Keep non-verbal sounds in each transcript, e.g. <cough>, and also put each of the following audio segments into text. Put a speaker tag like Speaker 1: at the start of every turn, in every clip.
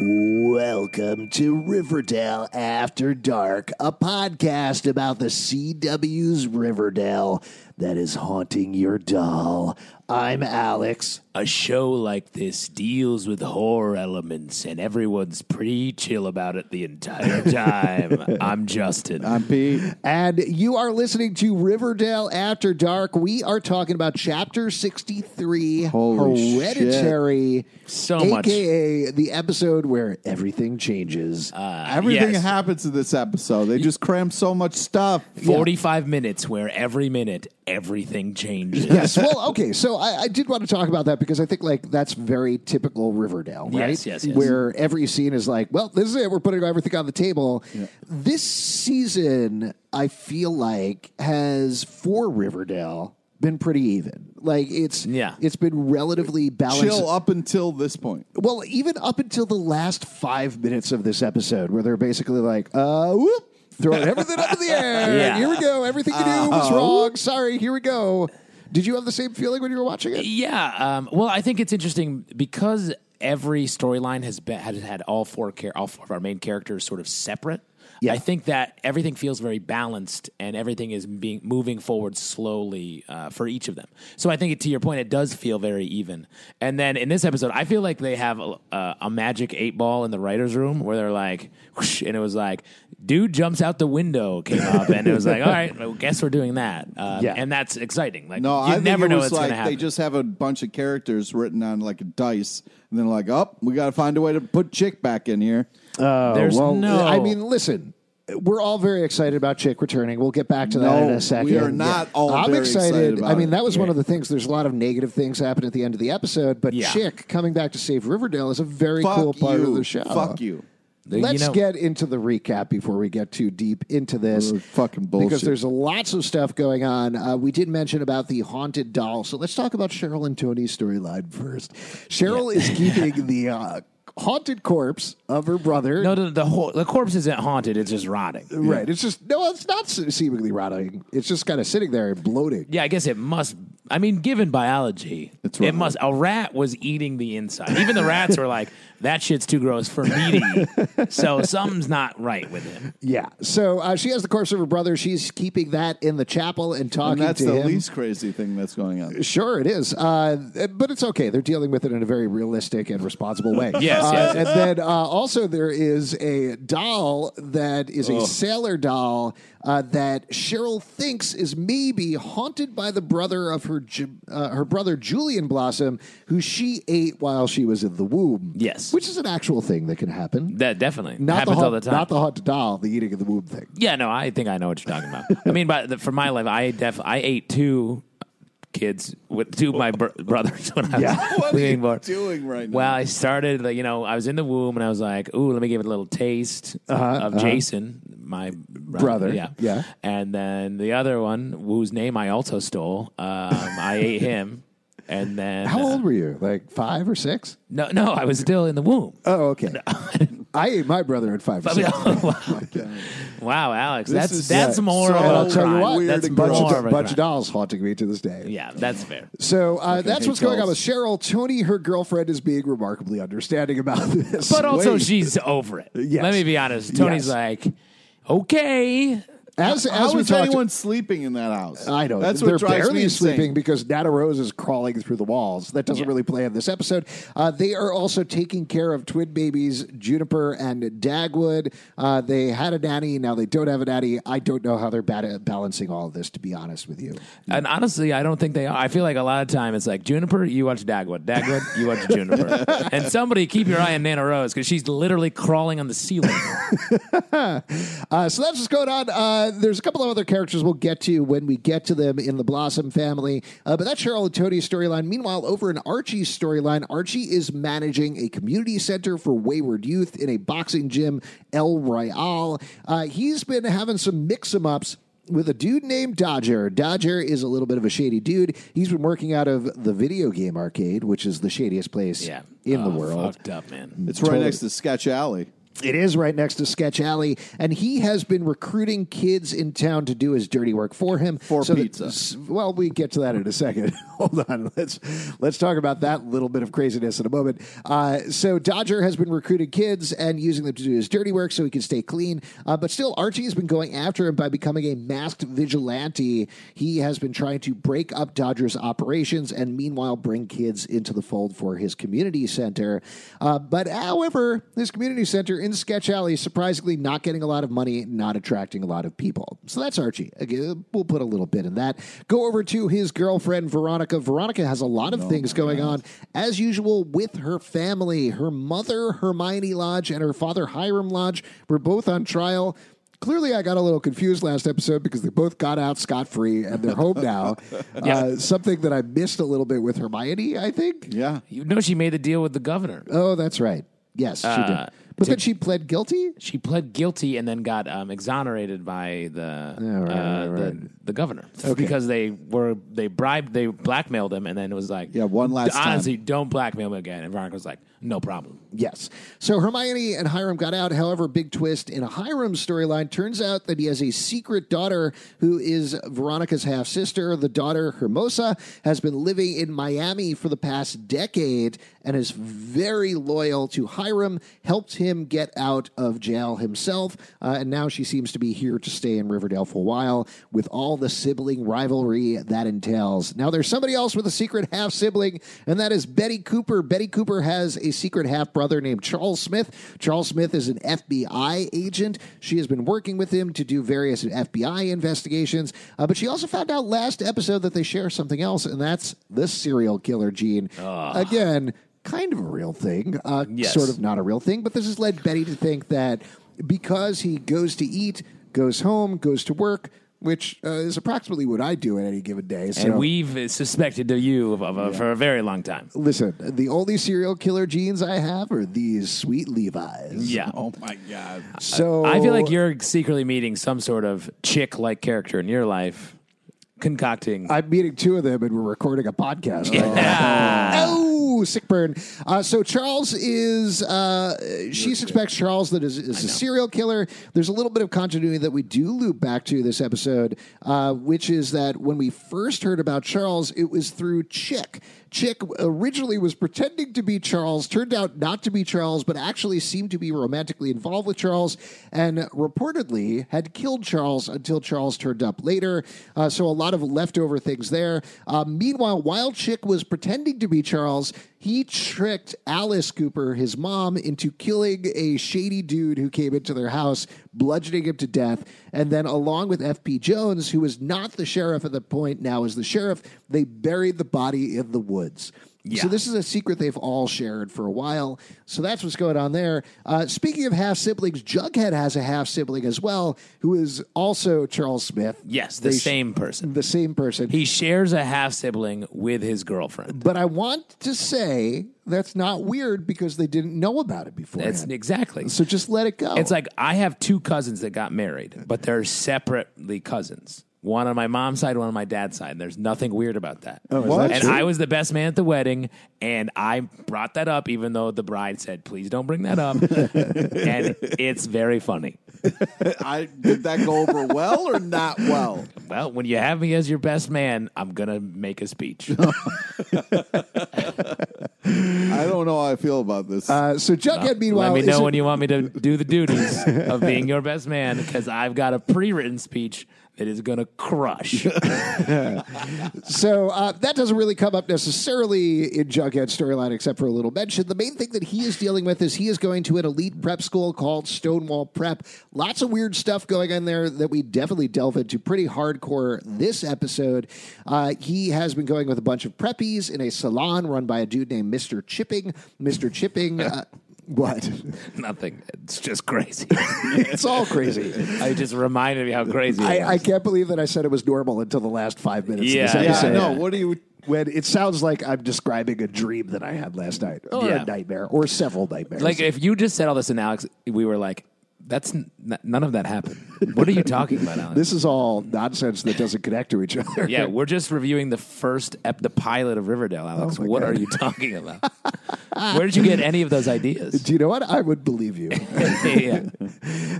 Speaker 1: Welcome to Riverdale After Dark, a podcast about the CW's Riverdale that is haunting your doll. I'm Alex.
Speaker 2: A show like this deals with horror elements, and everyone's pretty chill about it the
Speaker 3: <laughs>
Speaker 2: entire time. I'm Justin.
Speaker 3: I'm Pete.
Speaker 1: And you are listening to Riverdale After Dark. We are talking about Chapter 63
Speaker 3: Holy
Speaker 1: Hereditary,
Speaker 2: So much.
Speaker 1: aka the episode where everything changes.
Speaker 2: Uh,
Speaker 3: Everything
Speaker 2: yes.
Speaker 3: happens in this episode. They just cram so much stuff.
Speaker 2: 45 minutes where every minute everything changes.
Speaker 1: yes. Well, okay. So I, I did want to talk about that because I think like that's very typical Riverdale, right?
Speaker 2: Yes, yes, yes.
Speaker 1: Where every scene is like, well, this is it. We're putting everything on the table. This season, I feel like has for Riverdale been pretty even. Like it's
Speaker 2: Yeah.
Speaker 1: it's been relatively balanced.
Speaker 3: Chill up until this point.
Speaker 1: Well, even up until the last five minutes of this episode, where they're basically like, uh, whoop, throwing everything up in the
Speaker 3: <laughs>
Speaker 1: air.
Speaker 2: Yeah.
Speaker 1: Here we go. Everything you
Speaker 3: Uh-huh.
Speaker 1: do was wrong. Sorry, here we go. Did you have the same feeling when you were watching it?
Speaker 2: Yeah. Um, well, I think it's interesting because every storyline has been had, had all four char- all four of our main characters sort of separate.
Speaker 1: Yeah.
Speaker 2: I think that everything feels very balanced and everything is being moving forward slowly uh, for each of them. So I think it, to your point, it does feel very even. And then in this episode, I feel like they have a, a, a magic eight ball in the writers' room where they're like, whoosh, and it was like, dude jumps out the window came up, and it was like, all right, I guess we're doing that. Um,
Speaker 1: Yeah.
Speaker 2: and that's exciting. Like,
Speaker 3: No,
Speaker 2: you
Speaker 3: I think
Speaker 2: never
Speaker 3: it
Speaker 2: know what's
Speaker 3: was like
Speaker 2: going to happen.
Speaker 3: they just have a bunch of characters written on like a dice, and then like, oh, we got to find a way to put Chick back in here.
Speaker 2: There's no.
Speaker 1: Uh, I mean, listen. We're all very excited about Chick returning. We'll get back to that
Speaker 3: No,
Speaker 1: in a second.
Speaker 3: we are not all
Speaker 1: I'm
Speaker 3: very
Speaker 1: excited.
Speaker 3: excited
Speaker 1: I
Speaker 3: about
Speaker 1: mean,
Speaker 3: it.
Speaker 1: that was one of the things. There's a lot of negative things happen at the end of the episode, but
Speaker 2: Yeah.
Speaker 1: Chick coming back to save Riverdale is a very
Speaker 3: Fuck
Speaker 1: cool part
Speaker 3: you.
Speaker 1: of the show.
Speaker 3: Fuck you.
Speaker 2: The-
Speaker 1: Let's
Speaker 2: you know-
Speaker 1: get into the recap before we get too deep into this.
Speaker 3: Ugh, fucking bullshit.
Speaker 1: Because there's lots of stuff going on. Uh, we did mention about the haunted doll, so let's talk about Cheryl and Tony's storyline first. Cheryl is keeping the uh, haunted corpse of her brother.
Speaker 2: No, no, the whole the corpse isn't haunted; it's just rotting.
Speaker 1: right? It's just no, it's not se- seemingly rotting. It's just kind of sitting there and bloating.
Speaker 2: Yeah, I guess it must. I mean, given biology,
Speaker 3: It's
Speaker 2: it
Speaker 3: rotten.
Speaker 2: must. A rat was eating the inside. Even the rats were like, "That shit's too gross for me to eat." So something's not right with him.
Speaker 1: Yeah. So uh, she has the corpse of her brother. She's keeping that in the chapel and talking
Speaker 3: And that's
Speaker 1: to
Speaker 3: the
Speaker 1: him.
Speaker 3: least crazy thing that's going on.
Speaker 1: Sure, it is. Uh, but it's okay. They're dealing with it in a very realistic and
Speaker 4: <laughs>
Speaker 1: responsible way.
Speaker 2: <laughs> Yes,
Speaker 1: Uh,
Speaker 2: yes.
Speaker 1: And then uh, also, there is a doll that is
Speaker 2: Oh.
Speaker 1: a sailor doll uh, that Cheryl thinks is maybe haunted by the brother of her her Ju- uh, her brother Julian Blossom, who she ate while she was in the womb.
Speaker 2: Yes.
Speaker 1: which is an actual thing that can happen.
Speaker 2: That definitely
Speaker 1: Not
Speaker 2: happens
Speaker 1: the hot,
Speaker 2: all the time.
Speaker 1: Not the hot doll, the eating of the womb thing.
Speaker 2: yeah, no, I think I know what you're talking about. I mean, but the, for my life, I def I ate two kids with two of my br- brothers when I
Speaker 1: Yeah.
Speaker 2: was <laughs>
Speaker 3: What are you
Speaker 2: being born.
Speaker 3: doing right now?
Speaker 2: Well, I started, like, you know, I was in the womb and I was like, ooh, let me give it a little taste of Jason, my brother.
Speaker 1: Brother,
Speaker 2: Yeah.
Speaker 1: yeah.
Speaker 2: And then the other one, whose name I also stole, um, I ate him. And then.
Speaker 1: How
Speaker 2: uh,
Speaker 1: old were you? Like five or six?
Speaker 2: No, no, I was still in the womb.
Speaker 1: Oh,
Speaker 2: <laughs>
Speaker 1: okay. I ate my brother at five or six.
Speaker 2: wow. wow, Alex, that's
Speaker 3: is-
Speaker 2: that's
Speaker 3: yeah,
Speaker 2: more
Speaker 3: so-
Speaker 2: of
Speaker 3: And
Speaker 2: a
Speaker 3: I'll tell you
Speaker 2: crime.
Speaker 3: what,
Speaker 2: that's
Speaker 3: weird
Speaker 2: more
Speaker 1: bunch,
Speaker 2: of
Speaker 1: of,
Speaker 2: a
Speaker 1: bunch
Speaker 2: crime.
Speaker 1: of dolls haunting me to this day.
Speaker 2: Yeah, that's fair.
Speaker 1: So uh, that's
Speaker 3: hey,
Speaker 1: what's going on
Speaker 3: dolls.
Speaker 1: with Cheryl. Tony, her girlfriend, is being remarkably understanding about this.
Speaker 2: But also,
Speaker 3: Wait.
Speaker 2: she's over it.
Speaker 1: Yes.
Speaker 2: Let me be honest. Tony's
Speaker 1: Yes.
Speaker 2: like, okay,
Speaker 1: as
Speaker 3: How
Speaker 1: as
Speaker 3: is
Speaker 1: we talked,
Speaker 3: anyone sleeping in that house?
Speaker 1: I know
Speaker 3: That's
Speaker 1: they're
Speaker 3: what drives
Speaker 1: barely
Speaker 3: me insane.
Speaker 1: sleeping because Nana Rose is crawling through the walls. That doesn't
Speaker 2: Yeah.
Speaker 1: really play in this episode. Uh, they are also taking care of twin babies Juniper and Dagwood. Uh, they had a nanny, now they don't have a nanny. I don't know how they're bad- balancing all of this. To be honest with you,
Speaker 2: And honestly, I don't think they are. I feel like a lot of time it's like Juniper, you watch Dagwood. Dagwood,
Speaker 1: <laughs>
Speaker 2: you watch Juniper. and somebody keep your eye on Nana Rose because she's literally crawling on the ceiling.
Speaker 1: Uh, so that's what's going on. Uh, there's a couple of other characters we'll get to when we get to them in the Blossom family. Uh, but that's Cheryl and Tony's storyline. Meanwhile, over in Archie's storyline, Archie is managing a community center for wayward youth in a boxing gym, El Royale. Uh, he's been having some mix em ups. With a dude named Dodger. Dodger is a little bit of a shady dude. He's been working out of the video game arcade, which is the shadiest place
Speaker 2: yeah.
Speaker 1: in <laughs> the
Speaker 2: Oh,
Speaker 1: world.
Speaker 2: Fucked up, man.
Speaker 3: It's right next to Sketch Alley.
Speaker 1: It is right next to Sketch Alley, and he has been recruiting kids in town to do his dirty work for him.
Speaker 3: For
Speaker 1: that-
Speaker 3: pizza.
Speaker 1: s- well, we get to that in a second. <laughs> Hold on, let's let's talk about that little bit of craziness in a moment. Uh, so Dodger has been recruiting kids and using them to do his dirty work so he can stay clean. Uh, but still, Archie has been going after him by becoming a masked vigilante. He has been trying to break up Dodger's operations and meanwhile bring kids into the fold for his community center. Uh, but however, this community center in Sketch Alley is surprisingly not getting a lot of money, not attracting a lot of people. So that's Archie. Again, we'll put a little bit in that. Go over to his girlfriend, Veronica. Veronica has a lot of things going on, as usual, with her family. Her mother, Hermione Lodge, and her father, Hiram Lodge, were both on trial. Clearly, I got a little confused last episode because they both got out scot free and they're home now. uh, something that I missed a little bit with Hermione, I think.
Speaker 3: Yeah.
Speaker 2: You know, she made the deal with the governor.
Speaker 1: Oh, that's right. Yes, she
Speaker 2: Uh,
Speaker 1: did. But then she pled guilty.
Speaker 2: She pled guilty and then got um, exonerated by the,
Speaker 1: right,
Speaker 2: uh,
Speaker 1: right,
Speaker 2: the the governor because they were they bribed they blackmailed him and then it was like
Speaker 3: Yeah, one last time.
Speaker 2: honestly don't blackmail me again and Veronica was like no problem
Speaker 1: Yes. So Hermione and Hiram got out. However, big twist in Hiram's storyline turns out that he has a secret daughter who is Veronica's half sister. The daughter, Hermosa, has been living in Miami for the past decade and is very loyal to Hiram, helped him get out of jail himself. Uh, and now she seems to be here to stay in Riverdale for a while with all the sibling rivalry that entails. Now, there's somebody else with a secret half sibling, and that is Betty Cooper. Betty Cooper has a secret half brother named Charles Smith. Charles Smith is an FBI agent. She has been working with him to do various FBI investigations, uh, but she also found out last episode that they share something else, and that's the serial killer gene. Again, kind of a real thing, uh,
Speaker 2: Yes.
Speaker 1: sort of not a real thing, but this has led Betty to think that because he goes to eat, goes home, goes to work, which uh, is approximately what I do on any given day. So
Speaker 2: and we've suspected of you of, of, of- for a very long time.
Speaker 1: listen, the only serial killer jeans I have are these sweet Levi's.
Speaker 2: Yeah.
Speaker 3: Oh my god.
Speaker 1: So
Speaker 2: I feel like you're secretly meeting some sort of chick like character in your life, concocting.
Speaker 1: I'm meeting two of them, and we're recording a podcast. Oh, sick burn. Uh, so Charles is, uh, she suspects Charles that is, is a serial killer. There's a little bit of continuity that we do loop back to this episode, uh, which is that when we first heard about Charles, it was through Chick. Chick originally was pretending to be Charles, turned out not to be Charles, but actually seemed to be romantically involved with Charles and reportedly had killed Charles until Charles turned up later. Uh, so a lot of leftover things there. Uh, meanwhile, while Chick was pretending to be Charles, He tricked Alice Cooper, his mom, into killing a shady dude who came into their house, bludgeoning him to death. And then, along with F.P. Jones, who was not the sheriff at the point, now is the sheriff, they buried the body in the woods. So, this is a secret they've all shared for a while. So, that's what's going on there. Uh, speaking of half siblings, Jughead has a half sibling as well, who is also Charles Smith.
Speaker 2: Yes, the
Speaker 1: They sh-
Speaker 2: same person.
Speaker 1: The same person.
Speaker 2: He shares a half sibling with his girlfriend.
Speaker 1: But I want to say that's not weird because they didn't know about it before.
Speaker 2: That's exactly.
Speaker 1: So just let it go.
Speaker 2: It's like I have two cousins that got married, but they're separately cousins. One on my mom's side, one on my dad's side. There's nothing weird about that. Oh,
Speaker 3: is that
Speaker 2: and
Speaker 3: true?
Speaker 2: I was the best man at the wedding, and I brought that up, even though the bride said, "Please don't bring that up." and it's very funny.
Speaker 3: I did that go over well or not well?
Speaker 2: Well, when you have me as your best man, I'm gonna make a speech.
Speaker 3: I don't know how I feel about this.
Speaker 1: uh, so Jughead, <laughs> meanwhile,
Speaker 2: Let me know
Speaker 1: isn't-
Speaker 2: when you want me to do the duties of being your best man, because I've got a pre-written speech that is gonna
Speaker 1: <laughs>
Speaker 2: crush.
Speaker 1: so uh, that doesn't really come up necessarily in Jughead's storyline, except for a little mention. The main thing that he is dealing with is he is going to an elite prep school called Stonewall Prep. Lots of weird stuff going on there that we definitely delve into pretty hardcore this episode. Uh, he has been going with a bunch of preppies in a salon run by a dude named Mister Chipping. Mister Chipping. Uh, What? <laughs>
Speaker 2: Nothing. It's just crazy. <laughs>
Speaker 1: it's all crazy.
Speaker 2: I just reminded me how crazy. It
Speaker 1: I,
Speaker 2: was.
Speaker 1: I can't believe that I said it was normal until the last five minutes of
Speaker 2: Yeah,
Speaker 1: this
Speaker 3: yeah,
Speaker 1: episode.
Speaker 3: I know. What do you?
Speaker 1: When it sounds like I'm describing a dream that I had last night, or
Speaker 2: Yeah.
Speaker 1: a nightmare, or several nightmares.
Speaker 2: like if you just said all this and Alex, we were like, "That's n- n- none of that happened." What are you talking about, Alex?
Speaker 1: this is all nonsense that doesn't connect to each other.
Speaker 2: yeah, we're just reviewing the first ep- the pilot of Riverdale, Alex.
Speaker 1: Oh my
Speaker 2: what
Speaker 1: God.
Speaker 2: are you talking about? Where did you get any of those
Speaker 1: <laughs> <laughs>
Speaker 2: ideas? <laughs>
Speaker 1: Do you know what? I would believe you.
Speaker 2: yeah.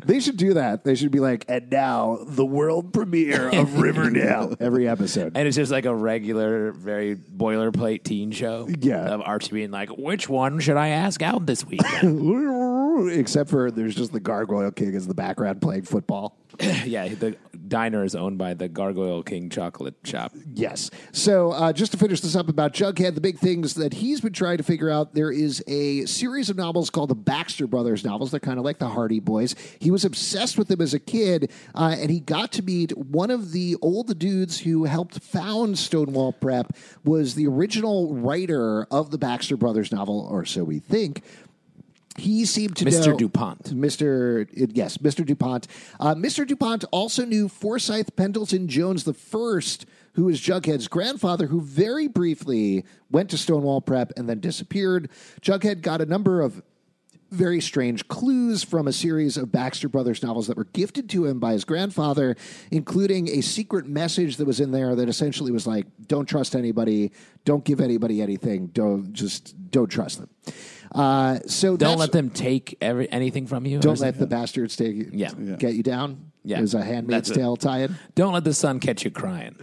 Speaker 1: they should do that. They should be like, and now the world premiere
Speaker 3: <laughs>
Speaker 1: of Riverdale every episode.
Speaker 2: And it's just like a regular, very boilerplate teen show.
Speaker 1: Yeah.
Speaker 2: Of Archie being like, which one should I ask out this week?
Speaker 1: Except for there's just the Gargoyle King as the background playing football.
Speaker 2: <laughs> yeah, the diner is owned by the Gargoyle King chocolate shop.
Speaker 1: Yes. So uh, just to finish this up about Jughead, the big things that he's been trying to figure out, there is a series of novels called the Baxter Brothers novels. They're kind of like the Hardy Boys. He was obsessed with them as a kid, uh, and he got to meet one of the old dudes who helped found Stonewall Prep was the original writer of the Baxter Brothers novel, or so we think. He seemed to
Speaker 2: Mr.
Speaker 1: know-
Speaker 2: DuPont.
Speaker 1: Mr. it- Yes, Mr. DuPont. Uh, Mr. DuPont also knew Forsyth Pendleton Jones the first, who was Jughead's grandfather, who very briefly went to Stonewall Prep and then disappeared. Jughead got a number of very strange clues from a series of Baxter Brothers novels that were gifted to him by his grandfather, including a secret message that was in there that essentially was like, "Don't trust anybody. Don't give anybody anything. Don't just don't trust them." Uh, so
Speaker 2: Don't
Speaker 1: that's-
Speaker 2: let them take every, anything from you. or
Speaker 1: don't let
Speaker 2: something.
Speaker 1: the bastards take you,
Speaker 2: Yeah. Yeah.
Speaker 1: get you down.
Speaker 2: Yeah.
Speaker 1: It was a handmaid's
Speaker 2: That's it.
Speaker 1: tale tie in.
Speaker 2: Don't let the sun catch you crying.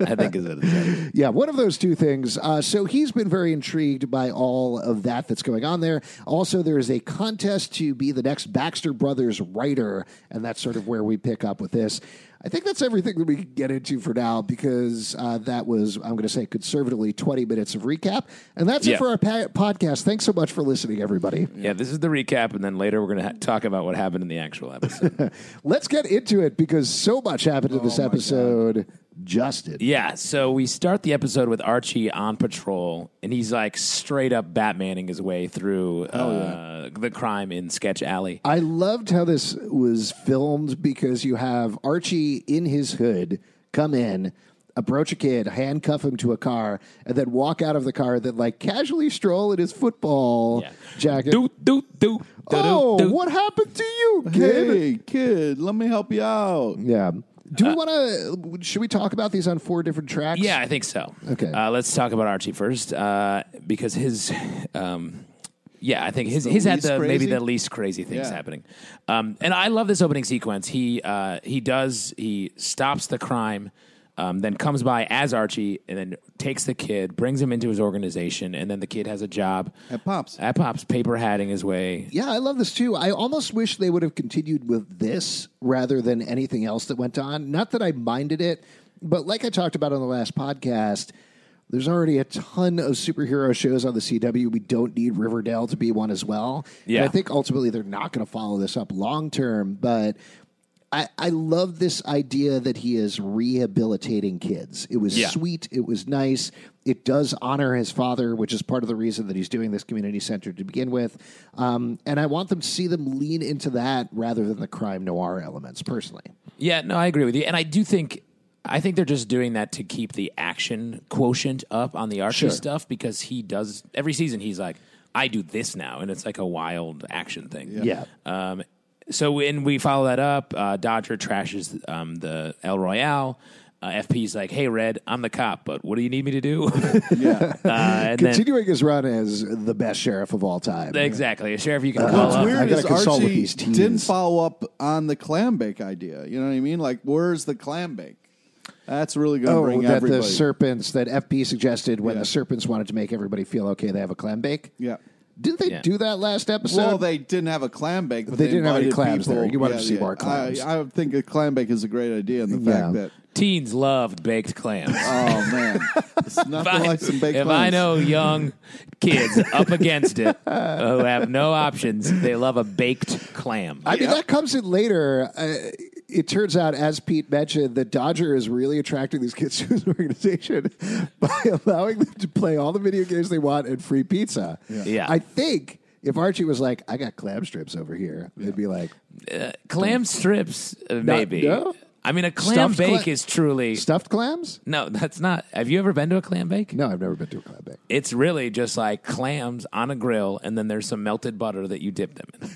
Speaker 2: I think is it.
Speaker 1: Yeah, one of those two things. Uh, so he's been very intrigued by all of that that's going on there. Also, there is a contest to be the next Baxter Brothers writer, and that's sort of where we pick up with this. I think that's everything that we can get into for now because uh, that was, I'm going to say conservatively, 20 minutes of recap. And that's
Speaker 2: Yeah.
Speaker 1: it for our pa- podcast. Thanks so much for listening, everybody.
Speaker 2: <laughs> Yeah, this is the recap, and then later we're going to ha- talk about what happened in the actual <laughs> episode.
Speaker 1: Let's get into it because so much happened in this episode. Justin.
Speaker 2: yeah, so we start the episode with Archie on patrol, and he's like straight up Batmaning his way through uh, the crime in Sketch Alley.
Speaker 1: I loved how this was filmed because you have Archie in his hood come in, approach a kid, handcuff him to a car, and then walk out of the car, then like casually stroll in his football
Speaker 2: Yeah.
Speaker 1: jacket.
Speaker 2: Doot, doot, doot.
Speaker 1: oh,
Speaker 2: doot, doot.
Speaker 1: what happened to you, kid?
Speaker 3: Hey, kid, let me help you out.
Speaker 1: Yeah. Do we want to? Should we talk about these on four different tracks?
Speaker 2: Uh, Yeah, I think so.
Speaker 1: Okay.
Speaker 2: uh, let's talk about Archie first, uh, because his, um, yeah, I think his his had
Speaker 3: least
Speaker 2: the maybe
Speaker 3: crazy?
Speaker 2: the least crazy things
Speaker 3: Yeah.
Speaker 2: happening, um, and I love this opening sequence. He uh, he does he stops the crime. Um, then comes by as Archie and then takes the kid, brings him into his organization, and then the kid has a job
Speaker 3: At Pops.
Speaker 2: At Pops, paper hatting his way.
Speaker 1: Yeah, I love this too. I almost wish they would have continued with this rather than anything else that went on. Not that I minded it, but like I talked about on the last podcast, There's already a ton of superhero shows on the CW. We don't need Riverdale to be one as well. And
Speaker 2: Yeah.
Speaker 1: I think ultimately they're not going to follow this up long term, but I, I love this idea that he is rehabilitating kids. It was
Speaker 2: Yeah.
Speaker 1: sweet. It was nice. It does honor his father, which is part of the reason that he's doing this community center to begin with. Um, and I want them to see them lean into that rather than the crime noir elements, personally.
Speaker 2: Yeah, no, I agree with you, and I do think I think they're just doing that to keep the action quotient up on the Archie stuff because he does every season. He's like, I do this now, and it's like a wild action thing.
Speaker 1: Yeah.
Speaker 2: Um, so when we follow that up, uh, Dodger trashes um, the El Royale. Uh, FP's like, hey, Red, I'm the cop, but what do you need me to do? <laughs> yeah. Uh, and then,
Speaker 1: Continuing his run as the best sheriff of all time.
Speaker 2: exactly. Sheriff, you can
Speaker 1: Uh,
Speaker 2: call up.
Speaker 1: I
Speaker 3: Weird
Speaker 1: gotta
Speaker 3: is
Speaker 1: consult with
Speaker 3: Archie
Speaker 1: these teens.
Speaker 3: didn't follow up on the clam bake idea. You know what I mean? Like, where's the clam bake? That's really going to
Speaker 1: Oh,
Speaker 3: bring
Speaker 1: that
Speaker 3: everybody.
Speaker 1: the serpents that FP suggested when
Speaker 3: Yeah.
Speaker 1: the serpents wanted to make everybody feel okay, they have a clam bake.
Speaker 3: yeah.
Speaker 1: Didn't they
Speaker 2: Yeah.
Speaker 1: do that last episode?
Speaker 3: Well, they didn't have a clam bake, but
Speaker 1: They
Speaker 3: they,
Speaker 1: didn't have any
Speaker 3: invited
Speaker 1: clams
Speaker 3: people.
Speaker 1: there. You wanted to see more
Speaker 3: I-
Speaker 1: clams.
Speaker 3: I, would think a clam bake is a great idea, and the fact
Speaker 1: Yeah.
Speaker 3: that
Speaker 2: Teens loved baked clams.
Speaker 3: oh man, it's
Speaker 2: <laughs>
Speaker 3: nothing
Speaker 2: I-
Speaker 3: like some baked
Speaker 2: if
Speaker 3: clams.
Speaker 2: I know young kids up against it who have no options, they love a baked clam.
Speaker 1: I mean, that comes in later. Uh, it turns out, as Pete mentioned, that Dodger is really attracting these kids <laughs> to his organization <laughs> by allowing them to play all the video games they want and free pizza.
Speaker 2: Yeah.
Speaker 1: I think if Archie was like, I got clam strips over here, they'd be like,
Speaker 2: clam strips, uh, maybe.
Speaker 1: no?
Speaker 2: I mean, a clam
Speaker 1: Stuffed
Speaker 2: bake
Speaker 1: cla-
Speaker 2: is truly.
Speaker 1: stuffed clams?
Speaker 2: no, that's not. Have you ever been to a clam bake?
Speaker 1: No, I've never been to a clam bake.
Speaker 2: It's really just like clams on a grill, and then there's some melted butter that you dip them in.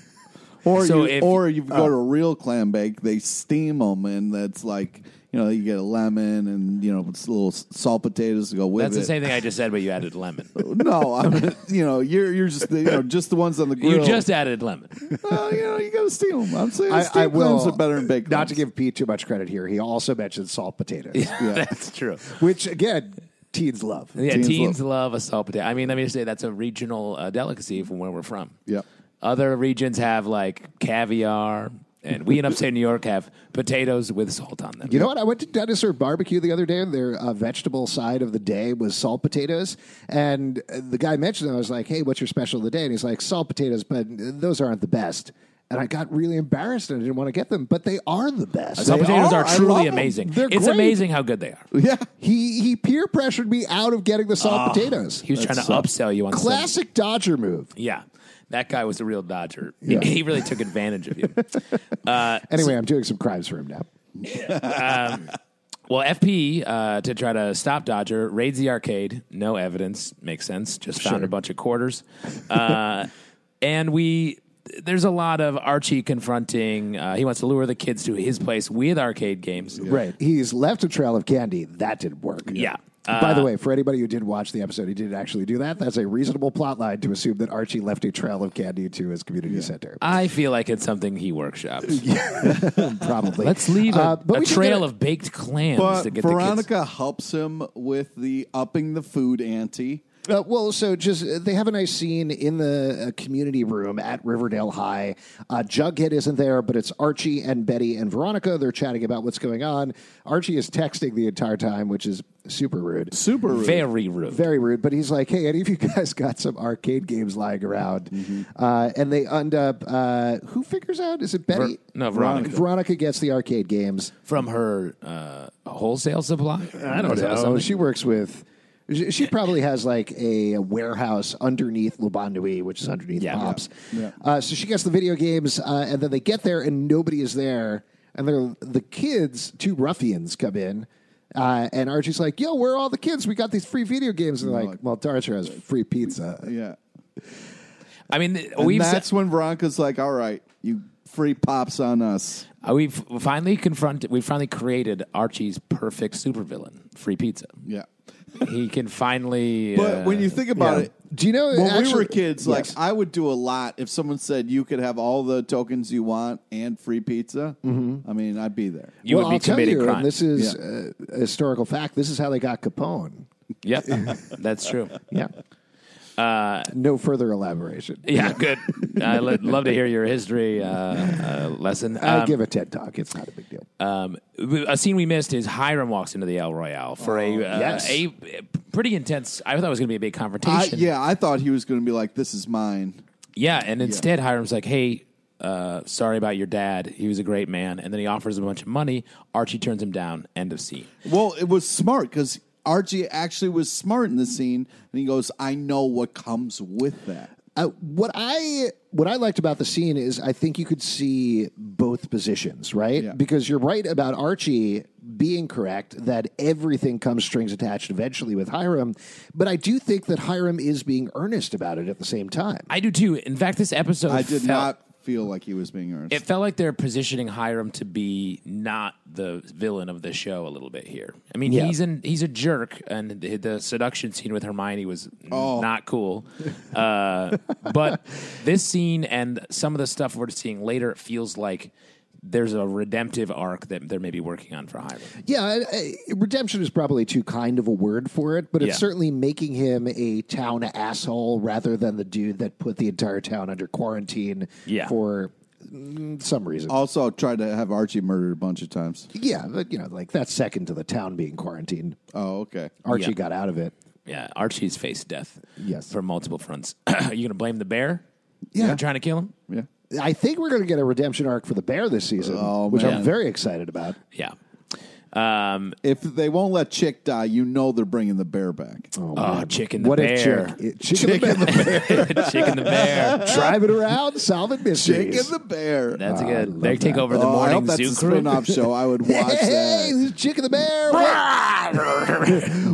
Speaker 3: Or
Speaker 2: So
Speaker 3: you,
Speaker 2: if- uh,
Speaker 3: or you go to a real clam bake, they steam them, and that's like you know you get a lemon and you know it's little s- salt potatoes to go with
Speaker 2: That's
Speaker 3: it.
Speaker 2: the same thing I just said, but you added lemon.
Speaker 3: No, I mean you know you're you're just the, you know just the ones on the grill.
Speaker 2: You
Speaker 3: <laughs>
Speaker 2: just added lemon.
Speaker 3: Oh, you know you got to steam them. I'm saying
Speaker 1: I,
Speaker 3: steam
Speaker 1: I will.
Speaker 3: clams are better than baked.
Speaker 1: Not to
Speaker 3: clams.
Speaker 1: give Pete too much credit here. He also mentioned salt potatoes,
Speaker 2: <laughs> that's true.
Speaker 1: which again, teens love.
Speaker 2: Yeah, teens,
Speaker 3: Teens
Speaker 2: love. a salt potato. I mean, let me just say that's a regional uh, delicacy from where we're from.
Speaker 1: <laughs>
Speaker 3: Yep.
Speaker 2: Other regions have like caviar, and we in upstate New York have potatoes with salt on them.
Speaker 1: You know what? I went to Dennis or Barbecue the other day, and their uh, vegetable side of the day was salt potatoes. And uh, the guy mentioned them. I was like, "Hey, what's your special of the day?" And he's like, "Salt potatoes, but those aren't the best." And I got really embarrassed, and I didn't want to get them, but they are the best.
Speaker 2: salt
Speaker 3: They
Speaker 2: potatoes
Speaker 3: are.
Speaker 2: are,
Speaker 3: I love
Speaker 2: truly
Speaker 3: 'em.
Speaker 2: amazing.
Speaker 1: They're
Speaker 2: it's
Speaker 1: great.
Speaker 2: amazing how good they are.
Speaker 3: Yeah,
Speaker 1: He he peer pressured me out of getting the salt
Speaker 2: Ah,
Speaker 1: potatoes.
Speaker 2: He was trying to upsell you on some-
Speaker 1: Classic Dodger move.
Speaker 2: Yeah, that guy was a real dodger. <laughs> He, he really took advantage
Speaker 3: <laughs>
Speaker 2: of you.
Speaker 1: Anyway, I'm doing some crimes for him now.
Speaker 2: Well, FP uh, to try to stop Dodger raids the arcade. No evidence makes sense. Just found a bunch of quarters, uh, and we there's a lot of Archie confronting. Uh, he wants to lure the kids to his place with arcade games.
Speaker 1: Right. He's left a trail of candy. That didn't work.
Speaker 2: Yeah.
Speaker 1: By the way, for anybody who did watch the episode, he didn't actually do that. That's a reasonable plot line to assume that Archie left a trail of candy to his community center.
Speaker 2: I feel like it's something he workshops.
Speaker 1: <laughs> Probably.
Speaker 2: Let's leave a,
Speaker 1: Uh, but
Speaker 2: a
Speaker 1: we did
Speaker 2: trail
Speaker 1: get a-
Speaker 2: of baked clams
Speaker 3: but
Speaker 2: to get the kids.
Speaker 3: Veronica helps him with the upping the food ante.
Speaker 1: Uh, well, so just uh, they have a nice scene in the uh, community room at Riverdale High. Uh, Jughead isn't there, but it's Archie and Betty and Veronica. They're chatting about what's going on. Archie is texting the entire time, which is super rude.
Speaker 3: Super rude.
Speaker 2: Very rude.
Speaker 1: very rude. But he's like, "Hey, any of you <laughs> guys got some arcade games lying around?"
Speaker 2: Mm-hmm.
Speaker 1: Uh, and they end up. Uh, who figures out? Is it Betty?
Speaker 2: no, Veronica.
Speaker 1: Veronica gets the arcade games.
Speaker 2: From her uh, wholesale supply? I
Speaker 1: So she works with. She she probably has like a warehouse underneath Le Bon Nuit, which is underneath
Speaker 2: Yeah.
Speaker 1: Pops. Uh, so she gets the video games, uh, and then they get there, and nobody is there. And they're, the kids, two ruffians, come in, uh, and Archie's like, "Yo, where are all the kids? We got these free video games." And they're like, "Well, Darcher has free pizza."
Speaker 3: Yeah,
Speaker 2: I mean, th-
Speaker 3: and
Speaker 2: we've, s-
Speaker 3: that's when Veronica's like, "All right, you free pops on us."
Speaker 2: uh, we've finally confronted, we finally created Archie's perfect supervillain, Free Pizza.
Speaker 3: Yeah,
Speaker 2: He can finally.
Speaker 3: but
Speaker 2: uh,
Speaker 3: when you think about
Speaker 1: Yeah.
Speaker 3: it,
Speaker 1: Do you know?
Speaker 3: when we
Speaker 1: actually-
Speaker 3: were
Speaker 1: Yes.
Speaker 3: kids, like I would do a lot if someone said you could have all the tokens you want and free pizza.
Speaker 1: Mm-hmm.
Speaker 3: I mean, I'd be there.
Speaker 2: you
Speaker 1: well,
Speaker 2: would be
Speaker 1: I'll tell
Speaker 2: committing
Speaker 1: you,
Speaker 2: crime.
Speaker 1: And this is uh, a historical fact. This is how they got Capone. <laughs>
Speaker 2: Yep, that's true.
Speaker 1: Yeah. Uh, no further elaboration.
Speaker 2: Yeah, good. I lo- love to hear your history uh, uh, lesson.
Speaker 1: I
Speaker 2: Um,
Speaker 1: give a TED talk. It's not a big deal.
Speaker 2: Um, a scene we missed is Hiram walks into the El Royale for a, uh,
Speaker 1: yes.
Speaker 2: a pretty intense. I thought it was going to be a big
Speaker 3: I,
Speaker 2: confrontation.
Speaker 3: yeah, I thought he was going to be like, "This is mine."
Speaker 2: Yeah, and instead Hiram's like, "Hey, uh, sorry about your dad. He was a great man." And then he offers him a bunch of money. Archie turns him down. End of scene.
Speaker 3: Well, it was smart because Archie actually was smart in the scene, and he goes, "I know what comes with that."
Speaker 1: Uh, what I what I liked about the scene is I think you could see both positions, right?
Speaker 3: Yeah.
Speaker 1: Because you're right about Archie being correct that everything comes strings attached eventually with Hiram, but I do think that Hiram is being earnest about it at the same time.
Speaker 2: I do too. In fact, this episode
Speaker 3: I did
Speaker 2: felt-
Speaker 3: not feel like he was being earnest.
Speaker 2: It felt like they're positioning Hiram to be not the villain of the show a little bit here. I mean,
Speaker 1: Yeah.
Speaker 2: he's an he's a jerk, and the, the seduction scene with Hermione was n- not cool. Uh, but this scene and some of the stuff we're seeing later, it feels like there's a redemptive arc that they're maybe working on for Hiram.
Speaker 1: Yeah, I, I, redemption is probably too kind of a word for it, but it's
Speaker 2: Yeah.
Speaker 1: certainly making him a town asshole rather than the dude that put the entire town under quarantine
Speaker 2: Yeah.
Speaker 1: for mm, some reason.
Speaker 3: also, tried to have Archie murdered a bunch of times.
Speaker 1: yeah, but you know, like that's second to the town being quarantined.
Speaker 3: Oh, okay.
Speaker 1: Archie
Speaker 2: Yeah.
Speaker 1: got out of it.
Speaker 2: Yeah, Archie's faced death.
Speaker 1: Yes.
Speaker 2: for multiple fronts. <clears throat> Are you going to blame the bear?
Speaker 3: Yeah.
Speaker 2: for trying to kill him.
Speaker 3: Yeah.
Speaker 1: I think we're going to get a redemption arc for the bear this season, which I'm
Speaker 3: man.
Speaker 1: very excited about.
Speaker 2: Yeah. Um,
Speaker 3: If they won't let Chick die, you know they're bringing the bear back.
Speaker 2: oh, chicken the
Speaker 1: what
Speaker 2: bear.
Speaker 1: if Chick, Chick, and the Bear
Speaker 2: <laughs> Chicken the Bear.
Speaker 1: <laughs> drive it around, solving mysteries?
Speaker 3: Chick and the bear.
Speaker 2: That's
Speaker 1: I
Speaker 2: good.
Speaker 1: love
Speaker 2: They take
Speaker 1: that.
Speaker 2: over the
Speaker 3: Oh, I
Speaker 2: morning
Speaker 3: hope that's
Speaker 2: zoo
Speaker 3: a
Speaker 2: crew. <laughs>
Speaker 3: spin-off show. I would watch
Speaker 1: Hey, hey,
Speaker 3: that.
Speaker 1: this is Chick and the Bear.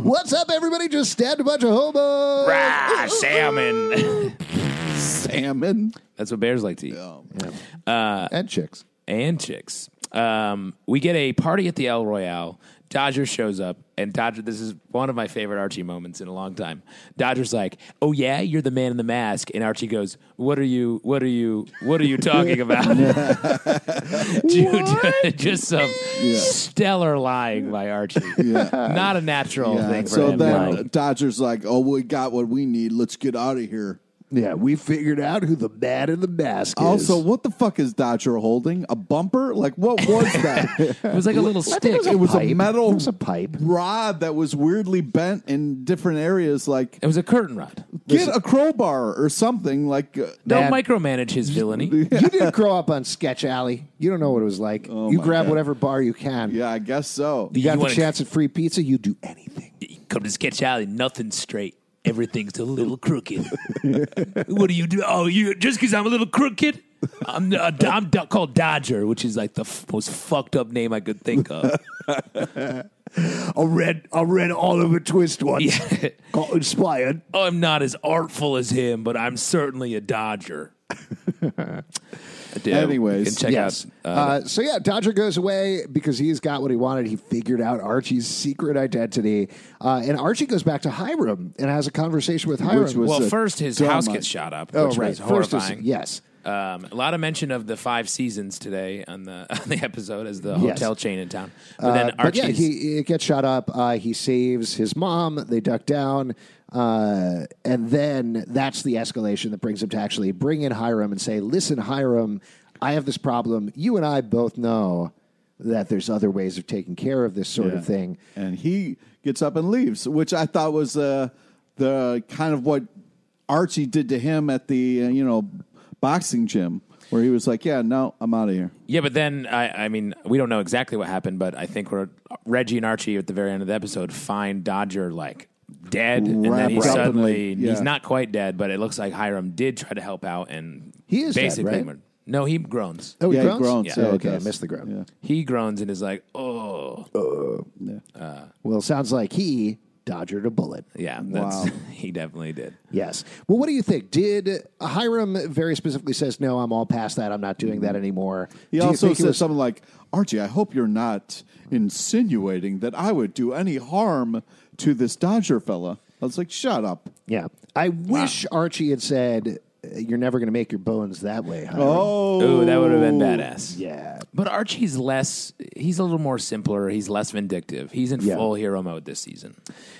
Speaker 1: <laughs> What's up, everybody? Just stabbed a bunch of hobos.
Speaker 2: Ah, salmon. <laughs>
Speaker 3: Salmon. Oh,
Speaker 2: that's what bears like to eat. Uh,
Speaker 1: and chicks.
Speaker 2: And chicks. Um, we get a party at the El Royale. Dodger shows up, and Dodger, this is one of my favorite Archie moments in a long time. Dodger's like, Oh, yeah, you're the man in the mask. And Archie goes, What are you, what are you, what are you talking
Speaker 3: <laughs>
Speaker 2: about? <laughs> Dude, <laughs> just some stellar lying by Archie. Not a natural thing
Speaker 3: Yeah.
Speaker 2: for
Speaker 3: So
Speaker 2: him.
Speaker 3: then
Speaker 2: Like,
Speaker 3: Dodger's like, oh, we got what we need. Let's get out of here.
Speaker 1: Yeah, we figured out who the man in the mask
Speaker 3: Also,
Speaker 1: is.
Speaker 3: what the fuck is Dodger holding? A bumper? Like, what was that?
Speaker 2: it was like a little
Speaker 1: I think
Speaker 2: stick.
Speaker 3: It was
Speaker 1: pipe.
Speaker 3: a metal
Speaker 1: It was a pipe.
Speaker 3: rod that was weirdly bent in different areas. Like,
Speaker 2: It was a curtain rod.
Speaker 3: get a crowbar or something. Like, uh,
Speaker 2: Don't
Speaker 1: That-
Speaker 2: micromanage his villainy.
Speaker 1: you didn't grow up on Sketch Alley. You don't know what it was like. you
Speaker 3: my
Speaker 1: grab
Speaker 3: God.
Speaker 1: whatever bar you can.
Speaker 3: yeah, I guess so.
Speaker 1: You got
Speaker 2: You
Speaker 1: the
Speaker 2: wanna-
Speaker 1: chance at free pizza. You do anything.
Speaker 2: Come to Sketch Alley, nothing's straight. Everything's a little crooked. what do you do? Oh, you just because I'm a little crooked? I'm, uh, I'm do- called Dodger, which is like the f- most fucked up name I could think of.
Speaker 1: I read I read Oliver Twist once.
Speaker 2: Yeah. Oh,
Speaker 1: Got inspired.
Speaker 2: I'm not as artful as him, but I'm certainly a Dodger. Dude,
Speaker 3: Anyways,
Speaker 2: you can check
Speaker 1: Yes.
Speaker 2: out
Speaker 1: Uh, so yeah, Dodger goes away because he's got what he wanted. He figured out Archie's secret identity, uh, and Archie goes back to Hiram and has a conversation with Hiram.
Speaker 3: was-
Speaker 2: Well,
Speaker 3: a
Speaker 2: first his
Speaker 3: dumb
Speaker 2: house
Speaker 3: idea.
Speaker 2: gets shot up, which
Speaker 1: oh right,
Speaker 2: was
Speaker 1: first is-
Speaker 2: horrifying.
Speaker 1: yes,
Speaker 2: Um, a lot of mention of the five seasons today on the <laughs> on the episode as the
Speaker 1: Yes.
Speaker 2: hotel chain in town. But then
Speaker 1: Uh, but
Speaker 2: Archie's
Speaker 1: yeah, he it gets shot up. Uh, he saves his mom. They duck down, uh, and then that's the escalation that brings him to actually bring in Hiram and say, "Listen, Hiram, I have this problem. You and I both know." That there's other ways of taking care of this sort
Speaker 3: Yeah.
Speaker 1: of thing.
Speaker 3: And he gets up and leaves, which I thought was uh, the kind of what Archie did to him at the uh, you know boxing gym, where he was like, "Yeah, no, I'm out of here."
Speaker 2: Yeah, but then I, I mean, we don't know exactly what happened, but I think we're Reggie and Archie at the very end of the episode find Dodger like dead, and then
Speaker 3: Wrapped
Speaker 2: he
Speaker 3: up in,
Speaker 2: suddenly
Speaker 3: like, yeah.
Speaker 2: he's not quite dead, but it looks like Hiram did try to help out, and
Speaker 1: He is dead,
Speaker 2: basically
Speaker 1: right?
Speaker 2: murdered. no, he groans.
Speaker 1: Oh,
Speaker 3: yeah, he groans.
Speaker 2: Yeah.
Speaker 3: Yeah,
Speaker 1: Oh,
Speaker 3: he
Speaker 1: okay, I
Speaker 3: does.
Speaker 1: missed the groan.
Speaker 3: Yeah.
Speaker 2: He groans and is like, oh,
Speaker 1: Well, it sounds like he dodged a bullet.
Speaker 2: yeah, that's <laughs> he definitely did.
Speaker 1: Yes. Well, what do you think? Did Hiram very specifically says, "No, I'm all past that. I'm not doing that anymore."
Speaker 3: Mm-hmm. He
Speaker 1: do you
Speaker 3: also
Speaker 1: think
Speaker 3: said
Speaker 1: was-
Speaker 3: something like, "Archie, I hope you're not insinuating that I would do any harm to this Dodger fella." I was like, "Shut up!"
Speaker 1: Yeah. I wish Archie had said, "Uh, "You're never going to make your bones that way." Hiram.
Speaker 3: Oh,
Speaker 2: Ooh, that would have been badass.
Speaker 1: yeah.
Speaker 2: But Archie's less, he's a little more simpler. He's less vindictive. He's in
Speaker 1: Yeah.
Speaker 2: full hero mode this season.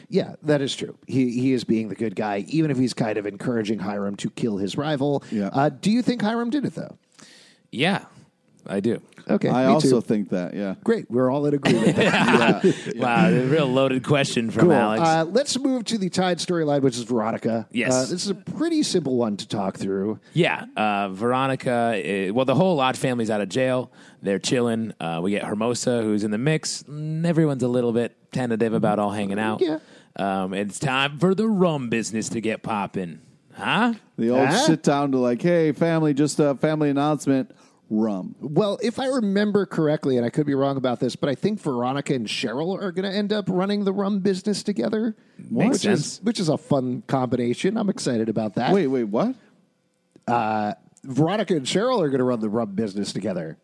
Speaker 1: Yeah, that is true. He he is being the good guy, even if he's kind of encouraging Hiram to kill his rival.
Speaker 3: Yeah.
Speaker 1: Uh, do you think Hiram did it though?
Speaker 2: Yeah. I do.
Speaker 1: Okay.
Speaker 3: I
Speaker 1: Eh, me too.
Speaker 3: also think that. Yeah.
Speaker 1: Great. We're all in
Speaker 3: <laughs>
Speaker 1: agreement.
Speaker 2: Wow, a real loaded question from
Speaker 1: Cool.
Speaker 2: Alex.
Speaker 1: Uh, let's move to the tied storyline, which is Veronica.
Speaker 2: Yes.
Speaker 1: Uh, this is a pretty simple one to talk through.
Speaker 2: Yeah, uh, Veronica. uh well, the whole Lodge family's out of jail. They're chilling. Uh, we get Hermosa, who's in the mix. Mm, Everyone's a little bit tentative about all hanging out.
Speaker 1: Yeah.
Speaker 2: Um, it's time for the rum business to get popping, huh?
Speaker 3: The old
Speaker 1: Huh?
Speaker 3: sit down to like, hey, family, just a family announcement. Rum.
Speaker 1: Well, if I remember correctly, and I could be wrong about this, but I think Veronica and Cheryl are going to end up running the rum business together.
Speaker 2: Makes
Speaker 1: which
Speaker 2: sense.
Speaker 1: Is, which is a fun combination. I'm excited about that.
Speaker 3: Wait, wait, what?
Speaker 1: Veronica and Cheryl are going to run the rum business together.